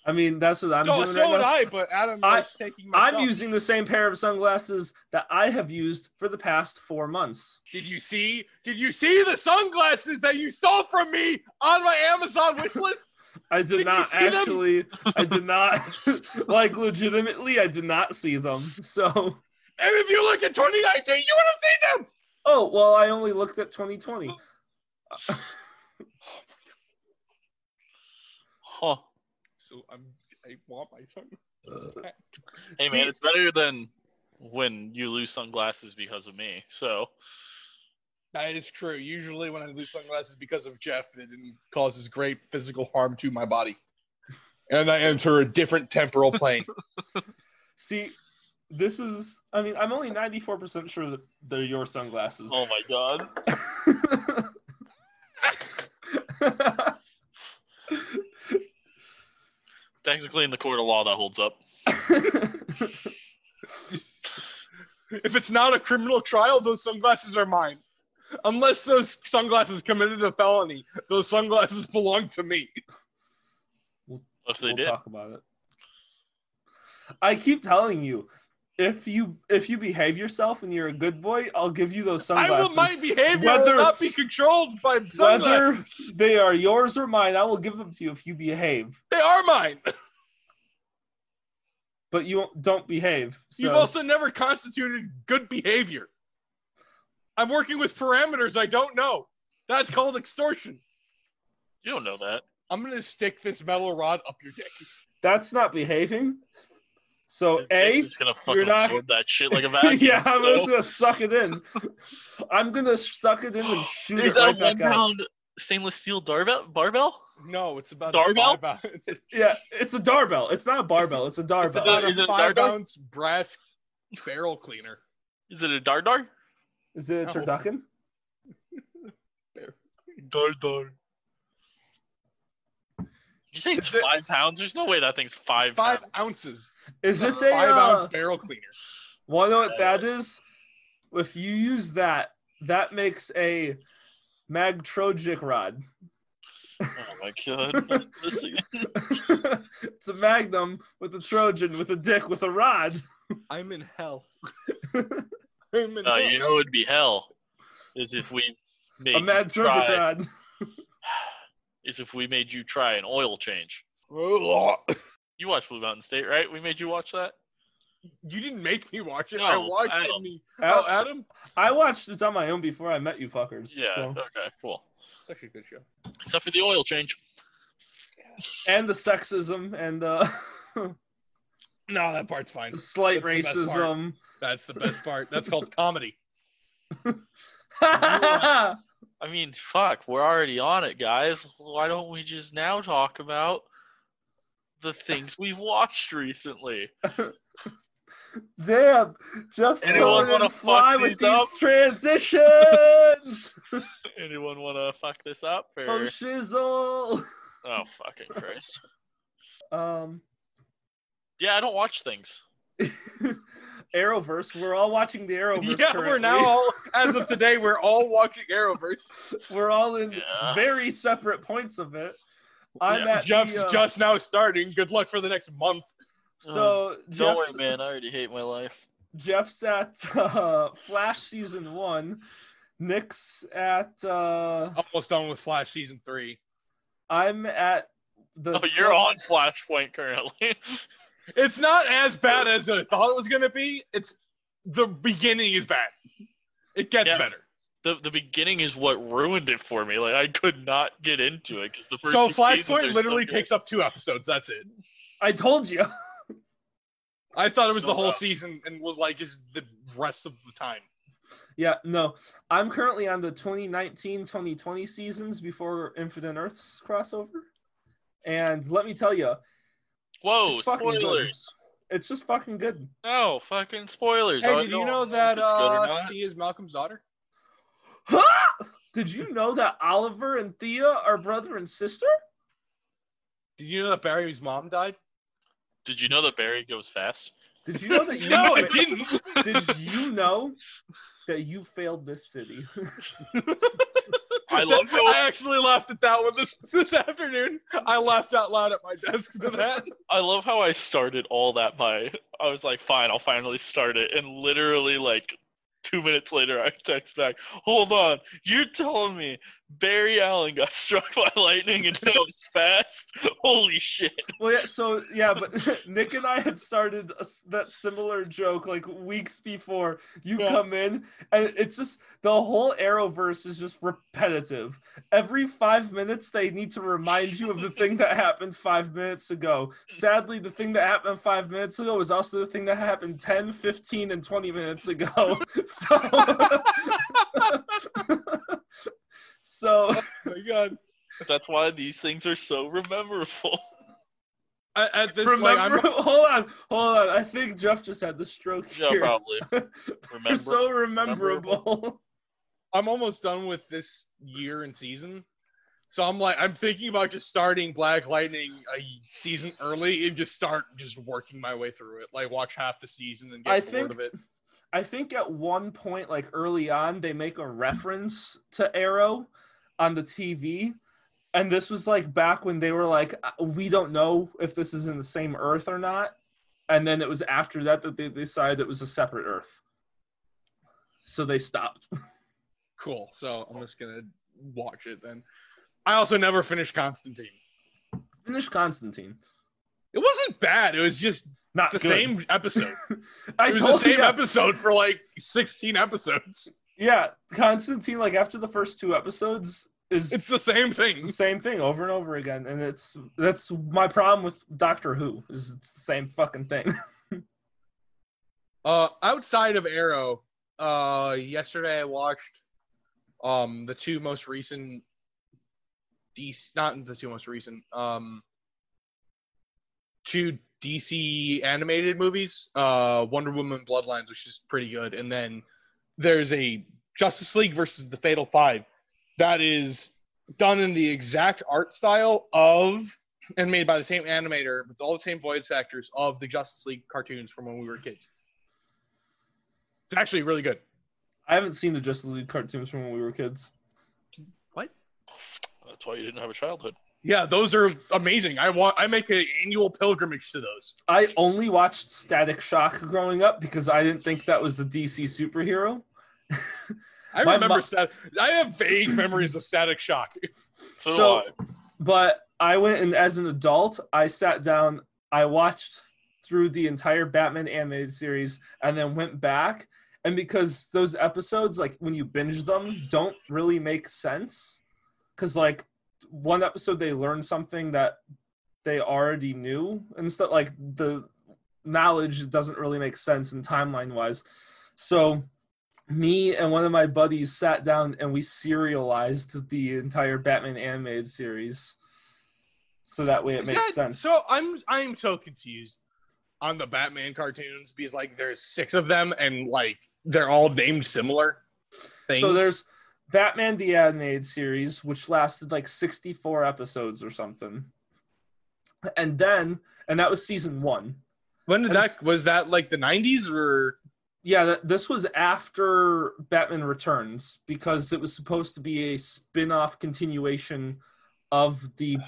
Speaker 3: I mean that's what I'm
Speaker 2: so
Speaker 3: doing
Speaker 2: so
Speaker 3: right
Speaker 2: would
Speaker 3: now.
Speaker 2: I, but Adam
Speaker 3: I-
Speaker 2: likes taking myself.
Speaker 3: I'm using the same pair of sunglasses that I have used for the past four months.
Speaker 2: Did you see? Did you see the sunglasses that you stole from me on my Amazon wish list?
Speaker 3: I did
Speaker 2: Did you
Speaker 3: not
Speaker 2: see them?
Speaker 3: actually. I did not like legitimately. I did not see them. So
Speaker 2: and if you look at 2019, you would have seen them.
Speaker 3: oh well. I only looked at 2020.
Speaker 1: Huh.
Speaker 2: So I'm I want my sunglasses.
Speaker 1: Hey man,
Speaker 3: See-
Speaker 1: it's better than when you lose sunglasses because of me. So
Speaker 2: That is true. Usually when I lose sunglasses because of Jeff, it causes great physical harm to my body. And I enter a different temporal plane.
Speaker 3: See, this is. I mean, I'm only 94% sure that they're your sunglasses.
Speaker 1: Oh my god. Technically in the court of law that holds up.
Speaker 2: if it's not a criminal trial, those sunglasses are mine. Unless those sunglasses committed a felony, those sunglasses belong to me.
Speaker 1: If they
Speaker 3: we'll
Speaker 1: did,
Speaker 3: talk about it. I keep telling you, if you if you behave yourself and you're a good boy, I'll give you those
Speaker 2: I will.
Speaker 3: sunglasses.
Speaker 2: My behavior
Speaker 3: Whether-
Speaker 2: will not be controlled by sunglasses.
Speaker 3: They are yours or mine. I will give them to you if you behave,
Speaker 2: They are mine.
Speaker 3: but you don't behave. So
Speaker 2: You've also never constituted good behavior. I'm working with parameters I don't know. That's called extortion.
Speaker 1: you don't know that.
Speaker 2: I'm gonna stick this metal rod up your dick.
Speaker 3: that's not behaving. So
Speaker 1: His
Speaker 3: a
Speaker 1: dick's just gonna fucking
Speaker 3: not-
Speaker 1: absorb that shit like a vacuum.
Speaker 3: yeah, I'm
Speaker 1: so-
Speaker 3: just gonna suck it in. I'm gonna suck it in and shoot
Speaker 1: Is
Speaker 3: it
Speaker 1: that
Speaker 3: right
Speaker 1: a one
Speaker 3: back out.
Speaker 1: pound stainless steel darbell? Barbell?
Speaker 2: No, it's about
Speaker 1: Darbell?
Speaker 2: a five ounce. It's
Speaker 3: Yeah, it's a darbell. It's not a barbell. It's a darbell.
Speaker 2: about
Speaker 1: Is it
Speaker 2: a
Speaker 1: a
Speaker 2: five
Speaker 1: darbell?
Speaker 2: ounce brass barrel cleaner.
Speaker 1: Is it a dar dar?
Speaker 3: Is it a
Speaker 2: No.
Speaker 3: turducken?
Speaker 1: Dar dar. You say it's
Speaker 3: Is it-
Speaker 1: five pounds? There's no way that thing's five.
Speaker 2: It's five
Speaker 1: pounds.
Speaker 2: ounces.
Speaker 3: Is it a
Speaker 2: five
Speaker 3: uh,
Speaker 2: ounce barrel cleaner.
Speaker 3: Well, I know what that is. If you use that, that makes a magtrogic rod.
Speaker 1: Oh my god! Listen,
Speaker 3: it's a magnum with a Trojan, with a dick, with a rod.
Speaker 2: I'm in hell. I'm in
Speaker 1: uh,
Speaker 2: hell.
Speaker 1: you know it'd be hell. Is if we made
Speaker 3: A
Speaker 1: you
Speaker 3: magtrogic
Speaker 1: try,
Speaker 3: rod.
Speaker 1: is if we made you try an oil change.
Speaker 2: Ugh.
Speaker 1: You watched Blue Mountain State, right? We made you watch that.
Speaker 2: You didn't make me watch it.
Speaker 1: No,
Speaker 2: I watched it.
Speaker 1: Adam.
Speaker 2: and me-
Speaker 3: Al-
Speaker 2: Oh, Adam.
Speaker 3: I watched it's on my own before I met you fuckers.
Speaker 1: uh, Yeah.
Speaker 3: so.
Speaker 1: Okay. Cool.
Speaker 2: It's actually a good show.
Speaker 1: Except for the oil change.
Speaker 3: And the sexism and the,
Speaker 2: No, that part's fine.
Speaker 3: the slight
Speaker 2: That's the best
Speaker 3: racism.
Speaker 2: That's the best part. That's called comedy.
Speaker 1: I mean, fuck, we're already on it, guys. Why don't we just now talk about the things we've watched recently?
Speaker 3: Damn, Jeff's
Speaker 1: Anyone
Speaker 3: going
Speaker 1: wanna
Speaker 3: to fly
Speaker 1: fuck
Speaker 3: with
Speaker 1: these
Speaker 3: these
Speaker 1: up?
Speaker 3: transitions.
Speaker 1: Anyone want to fuck this up? Or...
Speaker 3: oh shizzle.
Speaker 1: oh, fucking Christ.
Speaker 3: Um,
Speaker 1: Yeah, I don't watch things.
Speaker 3: Arrowverse. We're all watching the Arrowverse.
Speaker 2: yeah,
Speaker 3: currently.
Speaker 2: we're now all, as of today, we're all watching Arrowverse.
Speaker 3: we're all in
Speaker 1: Yeah.
Speaker 3: very separate points of it. I'm
Speaker 1: Yeah.
Speaker 3: at
Speaker 2: Jeff's
Speaker 3: the, uh,
Speaker 2: just now starting. Good luck for the next month.
Speaker 3: so
Speaker 1: uh, Don't
Speaker 3: Jeff's,
Speaker 1: worry, man. I already hate my life.
Speaker 3: Jeff's at uh, Flash season one. Nick's at uh,
Speaker 2: Almost done with Flash season three.
Speaker 3: I'm at the.
Speaker 1: Oh, you're on Flashpoint currently.
Speaker 2: It's not as bad as I thought it was gonna be. It's the beginning is bad. It gets
Speaker 1: Yeah.
Speaker 2: better.
Speaker 1: the The beginning is what ruined it for me. Like I could not get into it because the first.
Speaker 2: So
Speaker 1: few seasons are
Speaker 2: Flashpoint
Speaker 1: so
Speaker 2: literally
Speaker 1: good.
Speaker 2: takes up two episodes. That's it.
Speaker 3: I told you.
Speaker 2: I thought it was
Speaker 1: Still
Speaker 2: the whole
Speaker 1: bad.
Speaker 2: season and was like just the rest of the time.
Speaker 3: Yeah, no. I'm currently on the 2019 2020 seasons before Infinite Earths crossover. And let me tell you,
Speaker 1: Whoa!
Speaker 3: it's fucking good.
Speaker 1: Spoilers.
Speaker 3: it's just fucking good.
Speaker 1: No fucking spoilers. I don't if it's good or not.
Speaker 2: uh, he is Malcolm's daughter?
Speaker 3: Did you know that Oliver and Thea are brother and sister?
Speaker 2: Did you know that Barry's mom died?
Speaker 1: Did you know that Barry goes fast?
Speaker 3: Did you know that you
Speaker 2: No, it didn't.
Speaker 3: Did you know that you failed this city?
Speaker 1: I love how
Speaker 2: I actually laughed at that one this this afternoon. I laughed out loud at my desk to that.
Speaker 1: I love how I started all that by I was like, fine, I'll finally start it, and literally like two minutes later, I text back, hold on, you're telling me Barry Allen got struck by lightning and that was fast? Holy shit!
Speaker 3: well, yeah, so yeah, but Nick and I had started a s that similar joke like weeks before you
Speaker 2: Yeah.
Speaker 3: come in, and it's just the whole Arrowverse is just repetitive. Every five minutes, they need to remind you of the thing that happened five minutes ago. Sadly, the thing that happened five minutes ago was also the thing that happened 10, 15, and 20 minutes ago. So, so
Speaker 2: Oh my god!
Speaker 1: That's why these things are so memorable.
Speaker 2: At, at this, like,
Speaker 3: remember,
Speaker 2: I'm,
Speaker 3: hold on, hold on. I think Jeff just had the stroke
Speaker 1: Yeah,
Speaker 3: here.
Speaker 1: probably.
Speaker 3: You're
Speaker 1: Remember?
Speaker 3: so rememberable.
Speaker 2: I'm almost done with this year and season, so I'm like, I'm thinking about just starting Black Lightning a season early and just start just working my way through it. Like, watch half the season and get
Speaker 3: I
Speaker 2: bored
Speaker 3: think-
Speaker 2: of it.
Speaker 3: I think at one point, like early on, they make a reference to Arrow on the TV, And this was like back when they were like, "Uh, we don't know if this is in the same Earth or not. And then it was after that that they decided it was a separate Earth. So they stopped.
Speaker 2: Cool. So I'm just gonna watch it then. I also never finished Constantine.
Speaker 3: Finish Constantine.
Speaker 2: It wasn't bad. It was just
Speaker 3: Not
Speaker 2: the
Speaker 3: good.
Speaker 2: same episode.
Speaker 3: I
Speaker 2: It was the
Speaker 3: told
Speaker 2: same
Speaker 3: you.
Speaker 2: episode for like 16 episodes.
Speaker 3: Yeah, Constantine. Like after the first two episodes, is
Speaker 2: It's the same thing.
Speaker 3: the same thing over and over again, and it's that's my problem with Doctor Who is it's the same fucking thing.
Speaker 2: Uh, outside of Arrow, uh, yesterday I watched um the two most recent DC, not the two most recent, um, two DC animated movies. Uh, Wonder Woman Bloodlines, which is pretty good, and then there's a Justice League versus the Fatal Five, that is done in the exact art style of and made by the same animator with all the same voice actors of the Justice League cartoons from when we were kids. It's actually really good.
Speaker 3: I haven't seen the Justice League cartoons from when we were kids.
Speaker 1: That's why you didn't have a childhood.
Speaker 2: Yeah, those are amazing. I want I make an annual pilgrimage to those.
Speaker 3: I only watched Static Shock growing up because I didn't think that was a DC superhero.
Speaker 2: I
Speaker 3: My
Speaker 2: remember
Speaker 3: mo-
Speaker 2: stat I have vague memories of Static Shock.
Speaker 1: So, do
Speaker 3: So-
Speaker 1: I.
Speaker 3: but I went and as an adult, I sat down, I watched through the entire Batman animated series, and then went back. And because those episodes, like when you binge them, don't really make sense, because like one episode they learn something that they already knew, and stuff like the knowledge doesn't really make sense in timeline wise. So me and one of my buddies sat down and we serialized the entire Batman animated series. So that way it
Speaker 2: Is
Speaker 3: makes
Speaker 2: that-
Speaker 3: sense.
Speaker 2: So I'm I'm so confused on the Batman cartoons because like there's six of them and like they're all named similar things.
Speaker 3: So there's Batman the Animated Series, which lasted like 64 episodes or something. And then, and that was season one.
Speaker 2: when did
Speaker 3: and
Speaker 2: that
Speaker 3: s-
Speaker 2: was that like the 90s or
Speaker 3: Yeah, that, this was after Batman Returns because it was supposed to be a spin off continuation of the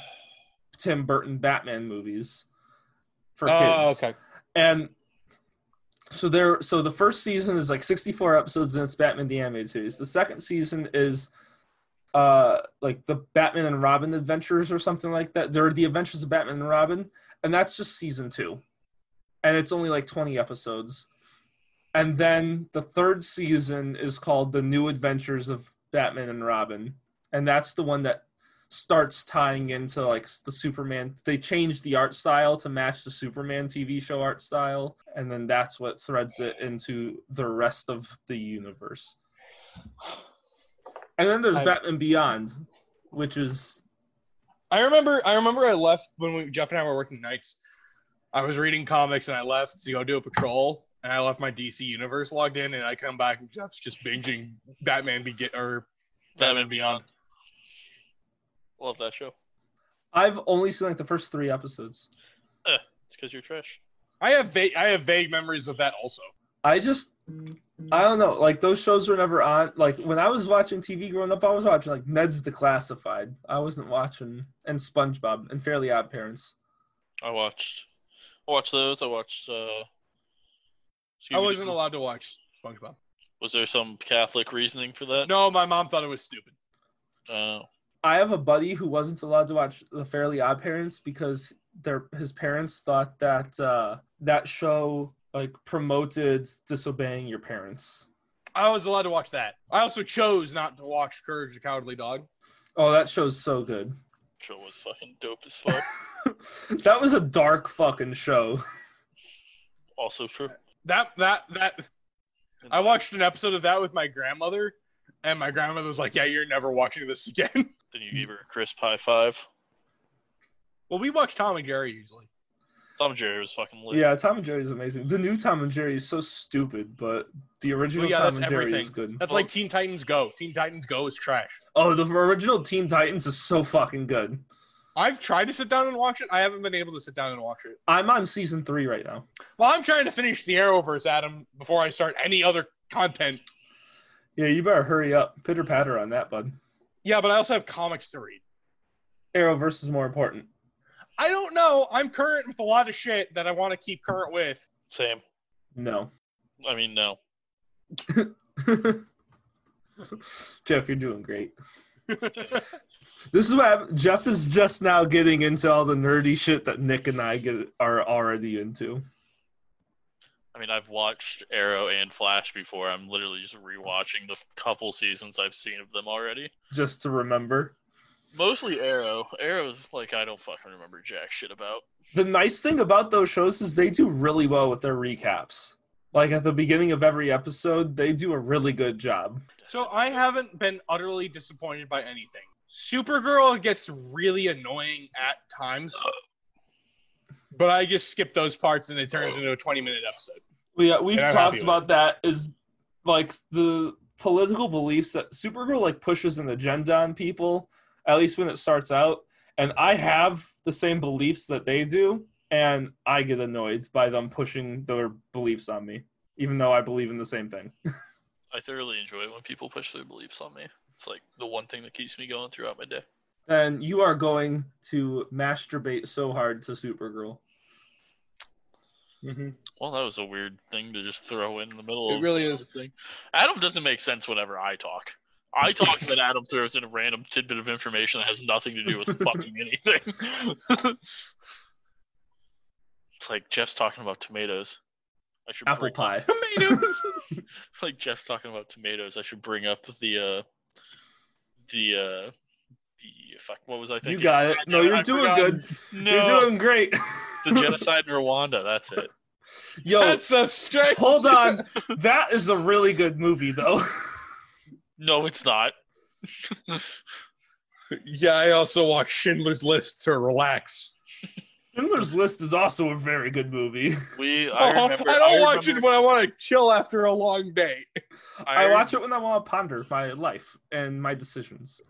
Speaker 3: Tim Burton Batman movies for kids.
Speaker 2: Oh, okay.
Speaker 3: and so there so the first season is like 64 episodes and it's batman the animated series the second season is uh like the batman and robin adventures or something like that they're the adventures of batman and robin and that's just season two and it's only like 20 episodes and then the third season is called the new adventures of batman and robin and that's the one that starts tying into like s- the Superman. They changed the art style to match the Superman TV show art style, and then that's what threads it into the rest of the universe. And then there's
Speaker 2: I-
Speaker 3: Batman Beyond, which is
Speaker 2: I remember I remember I left when we, Jeff and I were working nights. I was reading comics and I left to go do a patrol and I left my DC universe logged in and I come back and Jeff's just binging Batman Begin or Batman Beyond.
Speaker 1: Love that show.
Speaker 3: I've only seen like the first three episodes.
Speaker 1: It's because you're trash.
Speaker 2: I have vague I have vague memories of that also.
Speaker 3: I just I don't know. Like those shows were never on. Like when I was watching TV growing up, I was watching like Ned's Declassified. I wasn't watching and SpongeBob and Fairly Odd Parents.
Speaker 1: I watched. I watched those. I watched. uh
Speaker 2: I wasn't
Speaker 1: Scooby-Doo.
Speaker 2: allowed to watch SpongeBob.
Speaker 1: Was there some Catholic reasoning for that?
Speaker 2: No, my mom thought it was stupid.
Speaker 1: Uh,
Speaker 3: I have a buddy who wasn't allowed to watch The Fairly Odd Parents because their his parents thought that uh, that show like promoted disobeying your parents.
Speaker 2: I was allowed to watch that. I also chose not to watch Courage the Cowardly Dog.
Speaker 3: Oh, that show's so good.
Speaker 1: show was fucking dope as fuck.
Speaker 3: that was a dark fucking show.
Speaker 1: also true.
Speaker 2: That that that I watched an episode of that with my grandmother and my grandmother was like, "Yeah, you're never watching this again."
Speaker 1: Then you gave her a crisp high five.
Speaker 2: well, we watch Tom and Jerry usually.
Speaker 1: Tom and Jerry was fucking lit.
Speaker 3: Yeah, Tom and Jerry is amazing. The new Tom and Jerry is so stupid, but the original
Speaker 2: Well, yeah,
Speaker 3: Tom
Speaker 2: that's
Speaker 3: and Jerry is
Speaker 2: everything.
Speaker 3: good.
Speaker 2: That's like Teen Titans Go. Teen Titans Go is trash.
Speaker 3: Oh, the original Teen Titans is so fucking good.
Speaker 2: I've tried to sit down and watch it. I haven't been able to sit down and watch it.
Speaker 3: I'm on season three right now.
Speaker 2: Well, I'm trying to finish the Arrowverse, Adam, before I start any other content.
Speaker 3: Yeah, you better hurry up. Pitter patter on that, bud.
Speaker 2: Yeah, but I also have comics to read.
Speaker 3: Arrow versus more important?
Speaker 2: I don't know. I'm current with a lot of shit that I want to keep current with.
Speaker 1: Same.
Speaker 3: No.
Speaker 1: I mean, no.
Speaker 3: Jeff, you're doing great. This is what Jeff is just now getting into all the nerdy shit that Nick and I get are already into.
Speaker 1: I mean, I've watched Arrow and Flash before. I'm literally just rewatching the f- couple seasons I've seen of them already.
Speaker 3: Just to remember.
Speaker 1: Mostly Arrow. Arrow's like I don't fucking remember jack shit about.
Speaker 3: The nice thing about those shows is they do really well with their recaps. Like at the beginning of every episode, they do a really good job.
Speaker 2: So I haven't been utterly disappointed by anything. Supergirl gets really annoying at times, but I just skip those parts and it turns into a 20 minute episode.
Speaker 3: We, uh, we've
Speaker 2: And I'm
Speaker 3: talked
Speaker 2: happy with
Speaker 3: about that is like the political beliefs that Supergirl like pushes an agenda on people, at least when it starts out. And I have the same beliefs that they do, and I get annoyed by them pushing their beliefs on me, even though I believe in the same thing.
Speaker 1: I thoroughly enjoy it when people push their beliefs on me. It's like the one thing that keeps me going throughout my day.
Speaker 3: Then you are going to masturbate so hard to Supergirl. Mm-hmm.
Speaker 1: Well, that was a weird thing to just throw in the middle.
Speaker 2: It
Speaker 1: of
Speaker 2: really is.
Speaker 1: Adam doesn't make sense whenever I talk. I talk, then Adam throws in a random tidbit of information that has nothing to do with fucking anything. it's like Jeff's talking about tomatoes. I should
Speaker 3: Apple
Speaker 1: bring up-
Speaker 3: pie.
Speaker 2: Tomatoes.
Speaker 1: like Jeff's talking about tomatoes. I should bring up the uh, the uh, the fuck. What was I
Speaker 3: You
Speaker 1: thinking?
Speaker 3: got it. No, you're
Speaker 1: I
Speaker 3: doing
Speaker 1: forgot.
Speaker 3: good.
Speaker 1: No,
Speaker 3: You're doing great.
Speaker 1: the genocide in Rwanda. That's it.
Speaker 3: Yo,
Speaker 2: That's a stretch.
Speaker 3: hold on. That is a really good movie, though.
Speaker 1: No, it's not.
Speaker 2: Yeah, I also watch Schindler's List to relax.
Speaker 3: Schindler's List is also a very good movie.
Speaker 1: We. I remember.
Speaker 2: Oh, I don't watch it
Speaker 1: remember-
Speaker 2: when I want to chill after a long day.
Speaker 3: I watch it when I want to ponder my life and my decisions.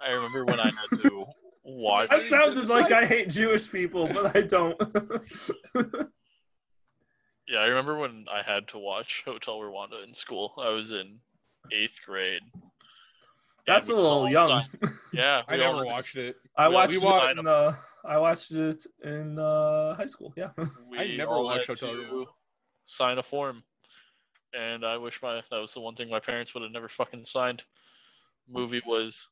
Speaker 1: I remember when I had to watch.
Speaker 3: That sounded like I hate Jewish people, but I don't.
Speaker 1: Yeah, I remember when I had to watch Hotel Rwanda in school. I was in eighth grade.
Speaker 3: That's a
Speaker 1: And we
Speaker 3: little
Speaker 1: all
Speaker 3: young.
Speaker 1: signed- Yeah,
Speaker 2: I
Speaker 1: we all
Speaker 2: never
Speaker 1: had to-
Speaker 2: watched it.
Speaker 3: I
Speaker 1: we
Speaker 3: watched
Speaker 1: watched-
Speaker 3: it in, uh, I watched it in uh, high school. Yeah.
Speaker 1: we
Speaker 2: I never
Speaker 1: all
Speaker 2: watched
Speaker 1: had
Speaker 2: Hotel
Speaker 1: to
Speaker 2: Rwanda.
Speaker 1: Sign a form, and I wish my that was the one thing my parents would have never fucking signed. Movie was.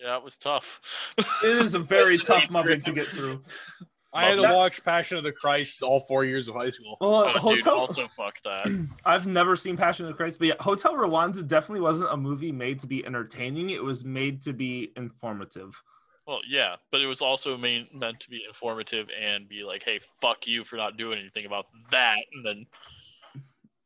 Speaker 1: Yeah, it was tough.
Speaker 3: It uh, is a very
Speaker 1: That's an
Speaker 3: tough
Speaker 1: eighth
Speaker 3: movie
Speaker 1: grade
Speaker 3: to get
Speaker 1: movie.
Speaker 3: through.
Speaker 2: I had to
Speaker 3: That-
Speaker 2: watch Passion of the Christ all four years of high school.
Speaker 3: Well,
Speaker 1: Oh, dude,
Speaker 3: Hotel.
Speaker 1: also fuck that.
Speaker 3: I've never seen Passion of the Christ, but yeah, Hotel Rwanda definitely wasn't a movie made to be entertaining. It was made to be informative.
Speaker 1: Well, yeah, but it was also main, meant to be informative and be like, "Hey, fuck you for not doing anything about that," and then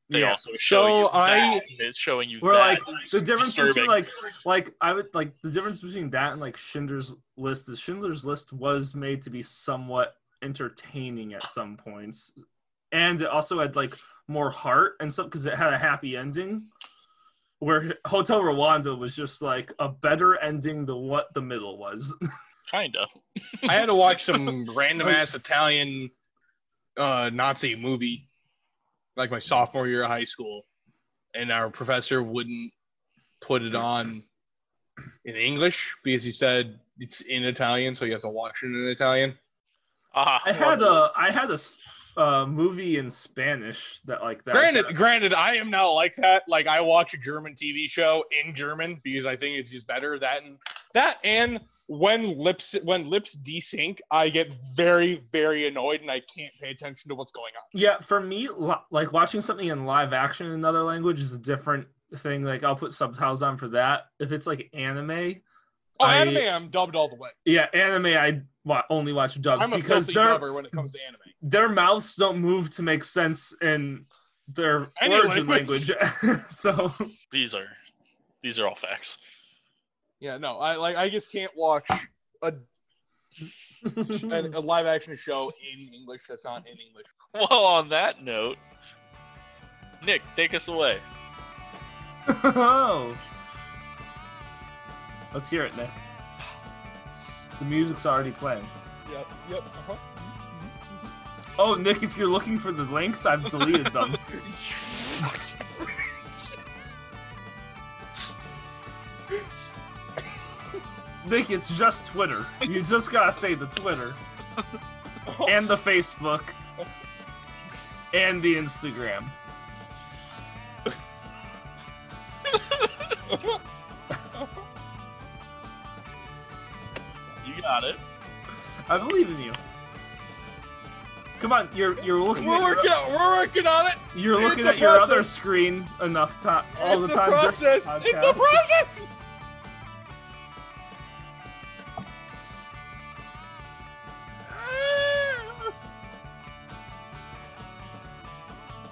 Speaker 1: they
Speaker 3: yeah.
Speaker 1: also show
Speaker 2: So
Speaker 1: you
Speaker 2: I-
Speaker 1: that, and it's showing you
Speaker 3: We're
Speaker 1: that.
Speaker 3: like,
Speaker 1: and it's
Speaker 3: the difference between
Speaker 1: disturbing.
Speaker 3: like like I would like the difference between that and like Schindler's List is Schindler's List was made to be somewhat entertaining at some points, and it also had like more heart and stuff because it had a happy ending. Where Hotel Rwanda was just like a better ending than what the middle was.
Speaker 1: kinda.
Speaker 2: I had to watch some random ass Italian uh, Nazi movie like my sophomore year of high school, and our professor wouldn't put it on in English because he said it's in Italian, so you have to watch it in Italian.
Speaker 1: Ah,
Speaker 3: I had a I had a s- uh, movie in Spanish that like that.
Speaker 2: Granted, granted, I am not like that. Like I watch a German TV show in German because I think it's just better. That and that and when lips when lips desync, I get very very annoyed and I can't pay attention to what's going on.
Speaker 3: Yeah, for me, li- like watching something in live action in another language is a different thing. Like I'll put subtitles on for that. If it's like anime,
Speaker 2: Oh,
Speaker 3: I-
Speaker 2: anime, I'm dubbed all the way.
Speaker 3: yeah, anime I wa- only watch dubbed
Speaker 2: I'm a
Speaker 3: Uh, because
Speaker 2: filthy
Speaker 3: their
Speaker 2: dubber when it comes to anime.
Speaker 3: their mouths don't move to make sense in their
Speaker 2: Any
Speaker 3: origin
Speaker 2: language.
Speaker 3: language. so
Speaker 1: These are, these are all facts.
Speaker 2: Yeah, no, I like I just can't watch a, a, a live action show in English that's not in English.
Speaker 1: Well, on that note, Nick, take us away.
Speaker 3: oh. let's hear it, Nick. The music's already playing.
Speaker 2: Yep, yep.
Speaker 3: uh-huh.
Speaker 2: uh
Speaker 3: Oh, Nick, if you're looking for the links, I've deleted them. Nick, it's just Twitter. You just gotta say the Twitter and the Facebook and the Instagram.
Speaker 1: You got it.
Speaker 3: I believe in you. Come on, you're you're looking
Speaker 2: we're
Speaker 3: at your-
Speaker 2: working. On, we're working on it.
Speaker 3: You're
Speaker 2: It's
Speaker 3: looking
Speaker 2: a
Speaker 3: at your other
Speaker 2: process.
Speaker 3: screen enough time all
Speaker 2: it's
Speaker 3: the
Speaker 2: a
Speaker 3: time. during the
Speaker 2: process. It's a
Speaker 3: podcast.
Speaker 2: process.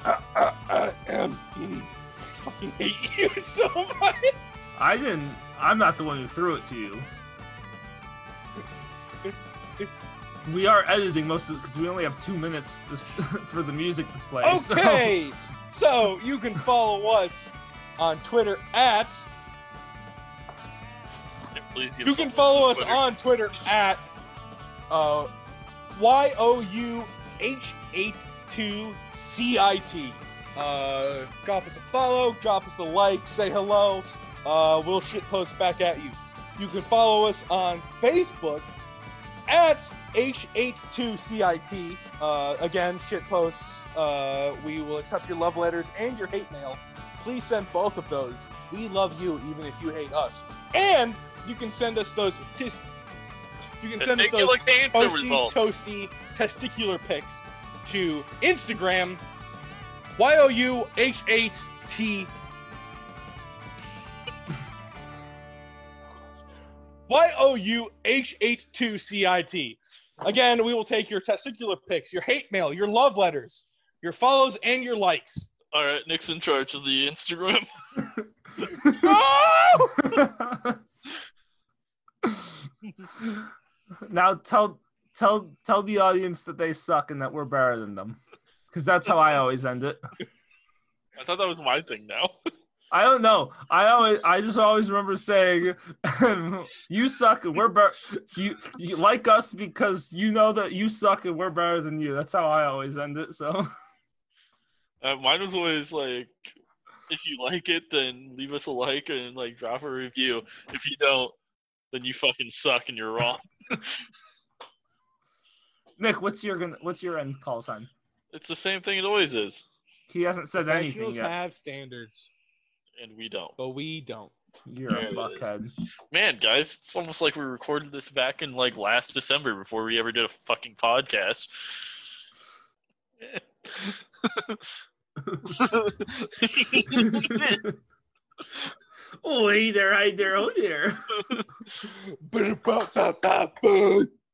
Speaker 2: I, I, I am- ah, Hmm. I fucking hate you so much.
Speaker 3: I didn't. I'm not the one who threw it to you. We are editing most of it because we only have two minutes to, s- for the music to play. so-
Speaker 2: Okay. So you can follow us on Twitter at.
Speaker 1: And please give
Speaker 2: You
Speaker 1: us
Speaker 2: can
Speaker 1: all
Speaker 2: follow
Speaker 1: this
Speaker 2: us
Speaker 1: Twitter.
Speaker 2: on Twitter at uh, Y O U H 82 C I T. Uh, drop us a follow, drop us a like, say hello. Uh, we'll shitpost back at you. You can follow us on Facebook at H82CIT. Uh, again, shitposts. Uh, we will accept your love letters and your hate mail. Please send both of those. We love you even if you hate us. And you can send us those tis- you can send us those
Speaker 1: Testicular cancer
Speaker 2: toasty,
Speaker 1: results.
Speaker 2: toasty testicular pics to Instagram Y O U H eight T Y O U H eight two C I T. Again, we will take your testicular pics, your hate mail, your love letters, your follows, and your likes.
Speaker 1: All right, Nick's in charge of the Instagram.
Speaker 2: Oh!
Speaker 3: now tell tell tell the audience that they suck and that we're better than them, because that's how I always end it.
Speaker 1: I thought that was my thing now.
Speaker 3: I don't know. I always, I just always remember saying, "You suck and we're better. You, you like us because you know that you suck and we're better than you." That's how I always end it. So
Speaker 1: Uh, mine was always like, if you like it, then leave us a like and like drop a review. If you don't, then you fucking suck and you're wrong.
Speaker 3: Nick, what's your gonna, what's your end call sign?
Speaker 1: it's the same thing it always is,
Speaker 3: He hasn't said anything
Speaker 2: Professionals
Speaker 3: yet.
Speaker 2: have standards,
Speaker 1: and we don't.
Speaker 2: but we don't.
Speaker 3: You're a
Speaker 1: Yeah, it is.
Speaker 3: fuckhead.
Speaker 1: Man, guys, it's almost like we recorded this back in like last December before we ever did a fucking podcast.
Speaker 3: Oh, hey there, hi there, oh there.
Speaker 2: Ba-da-ba-ba-ba-boo.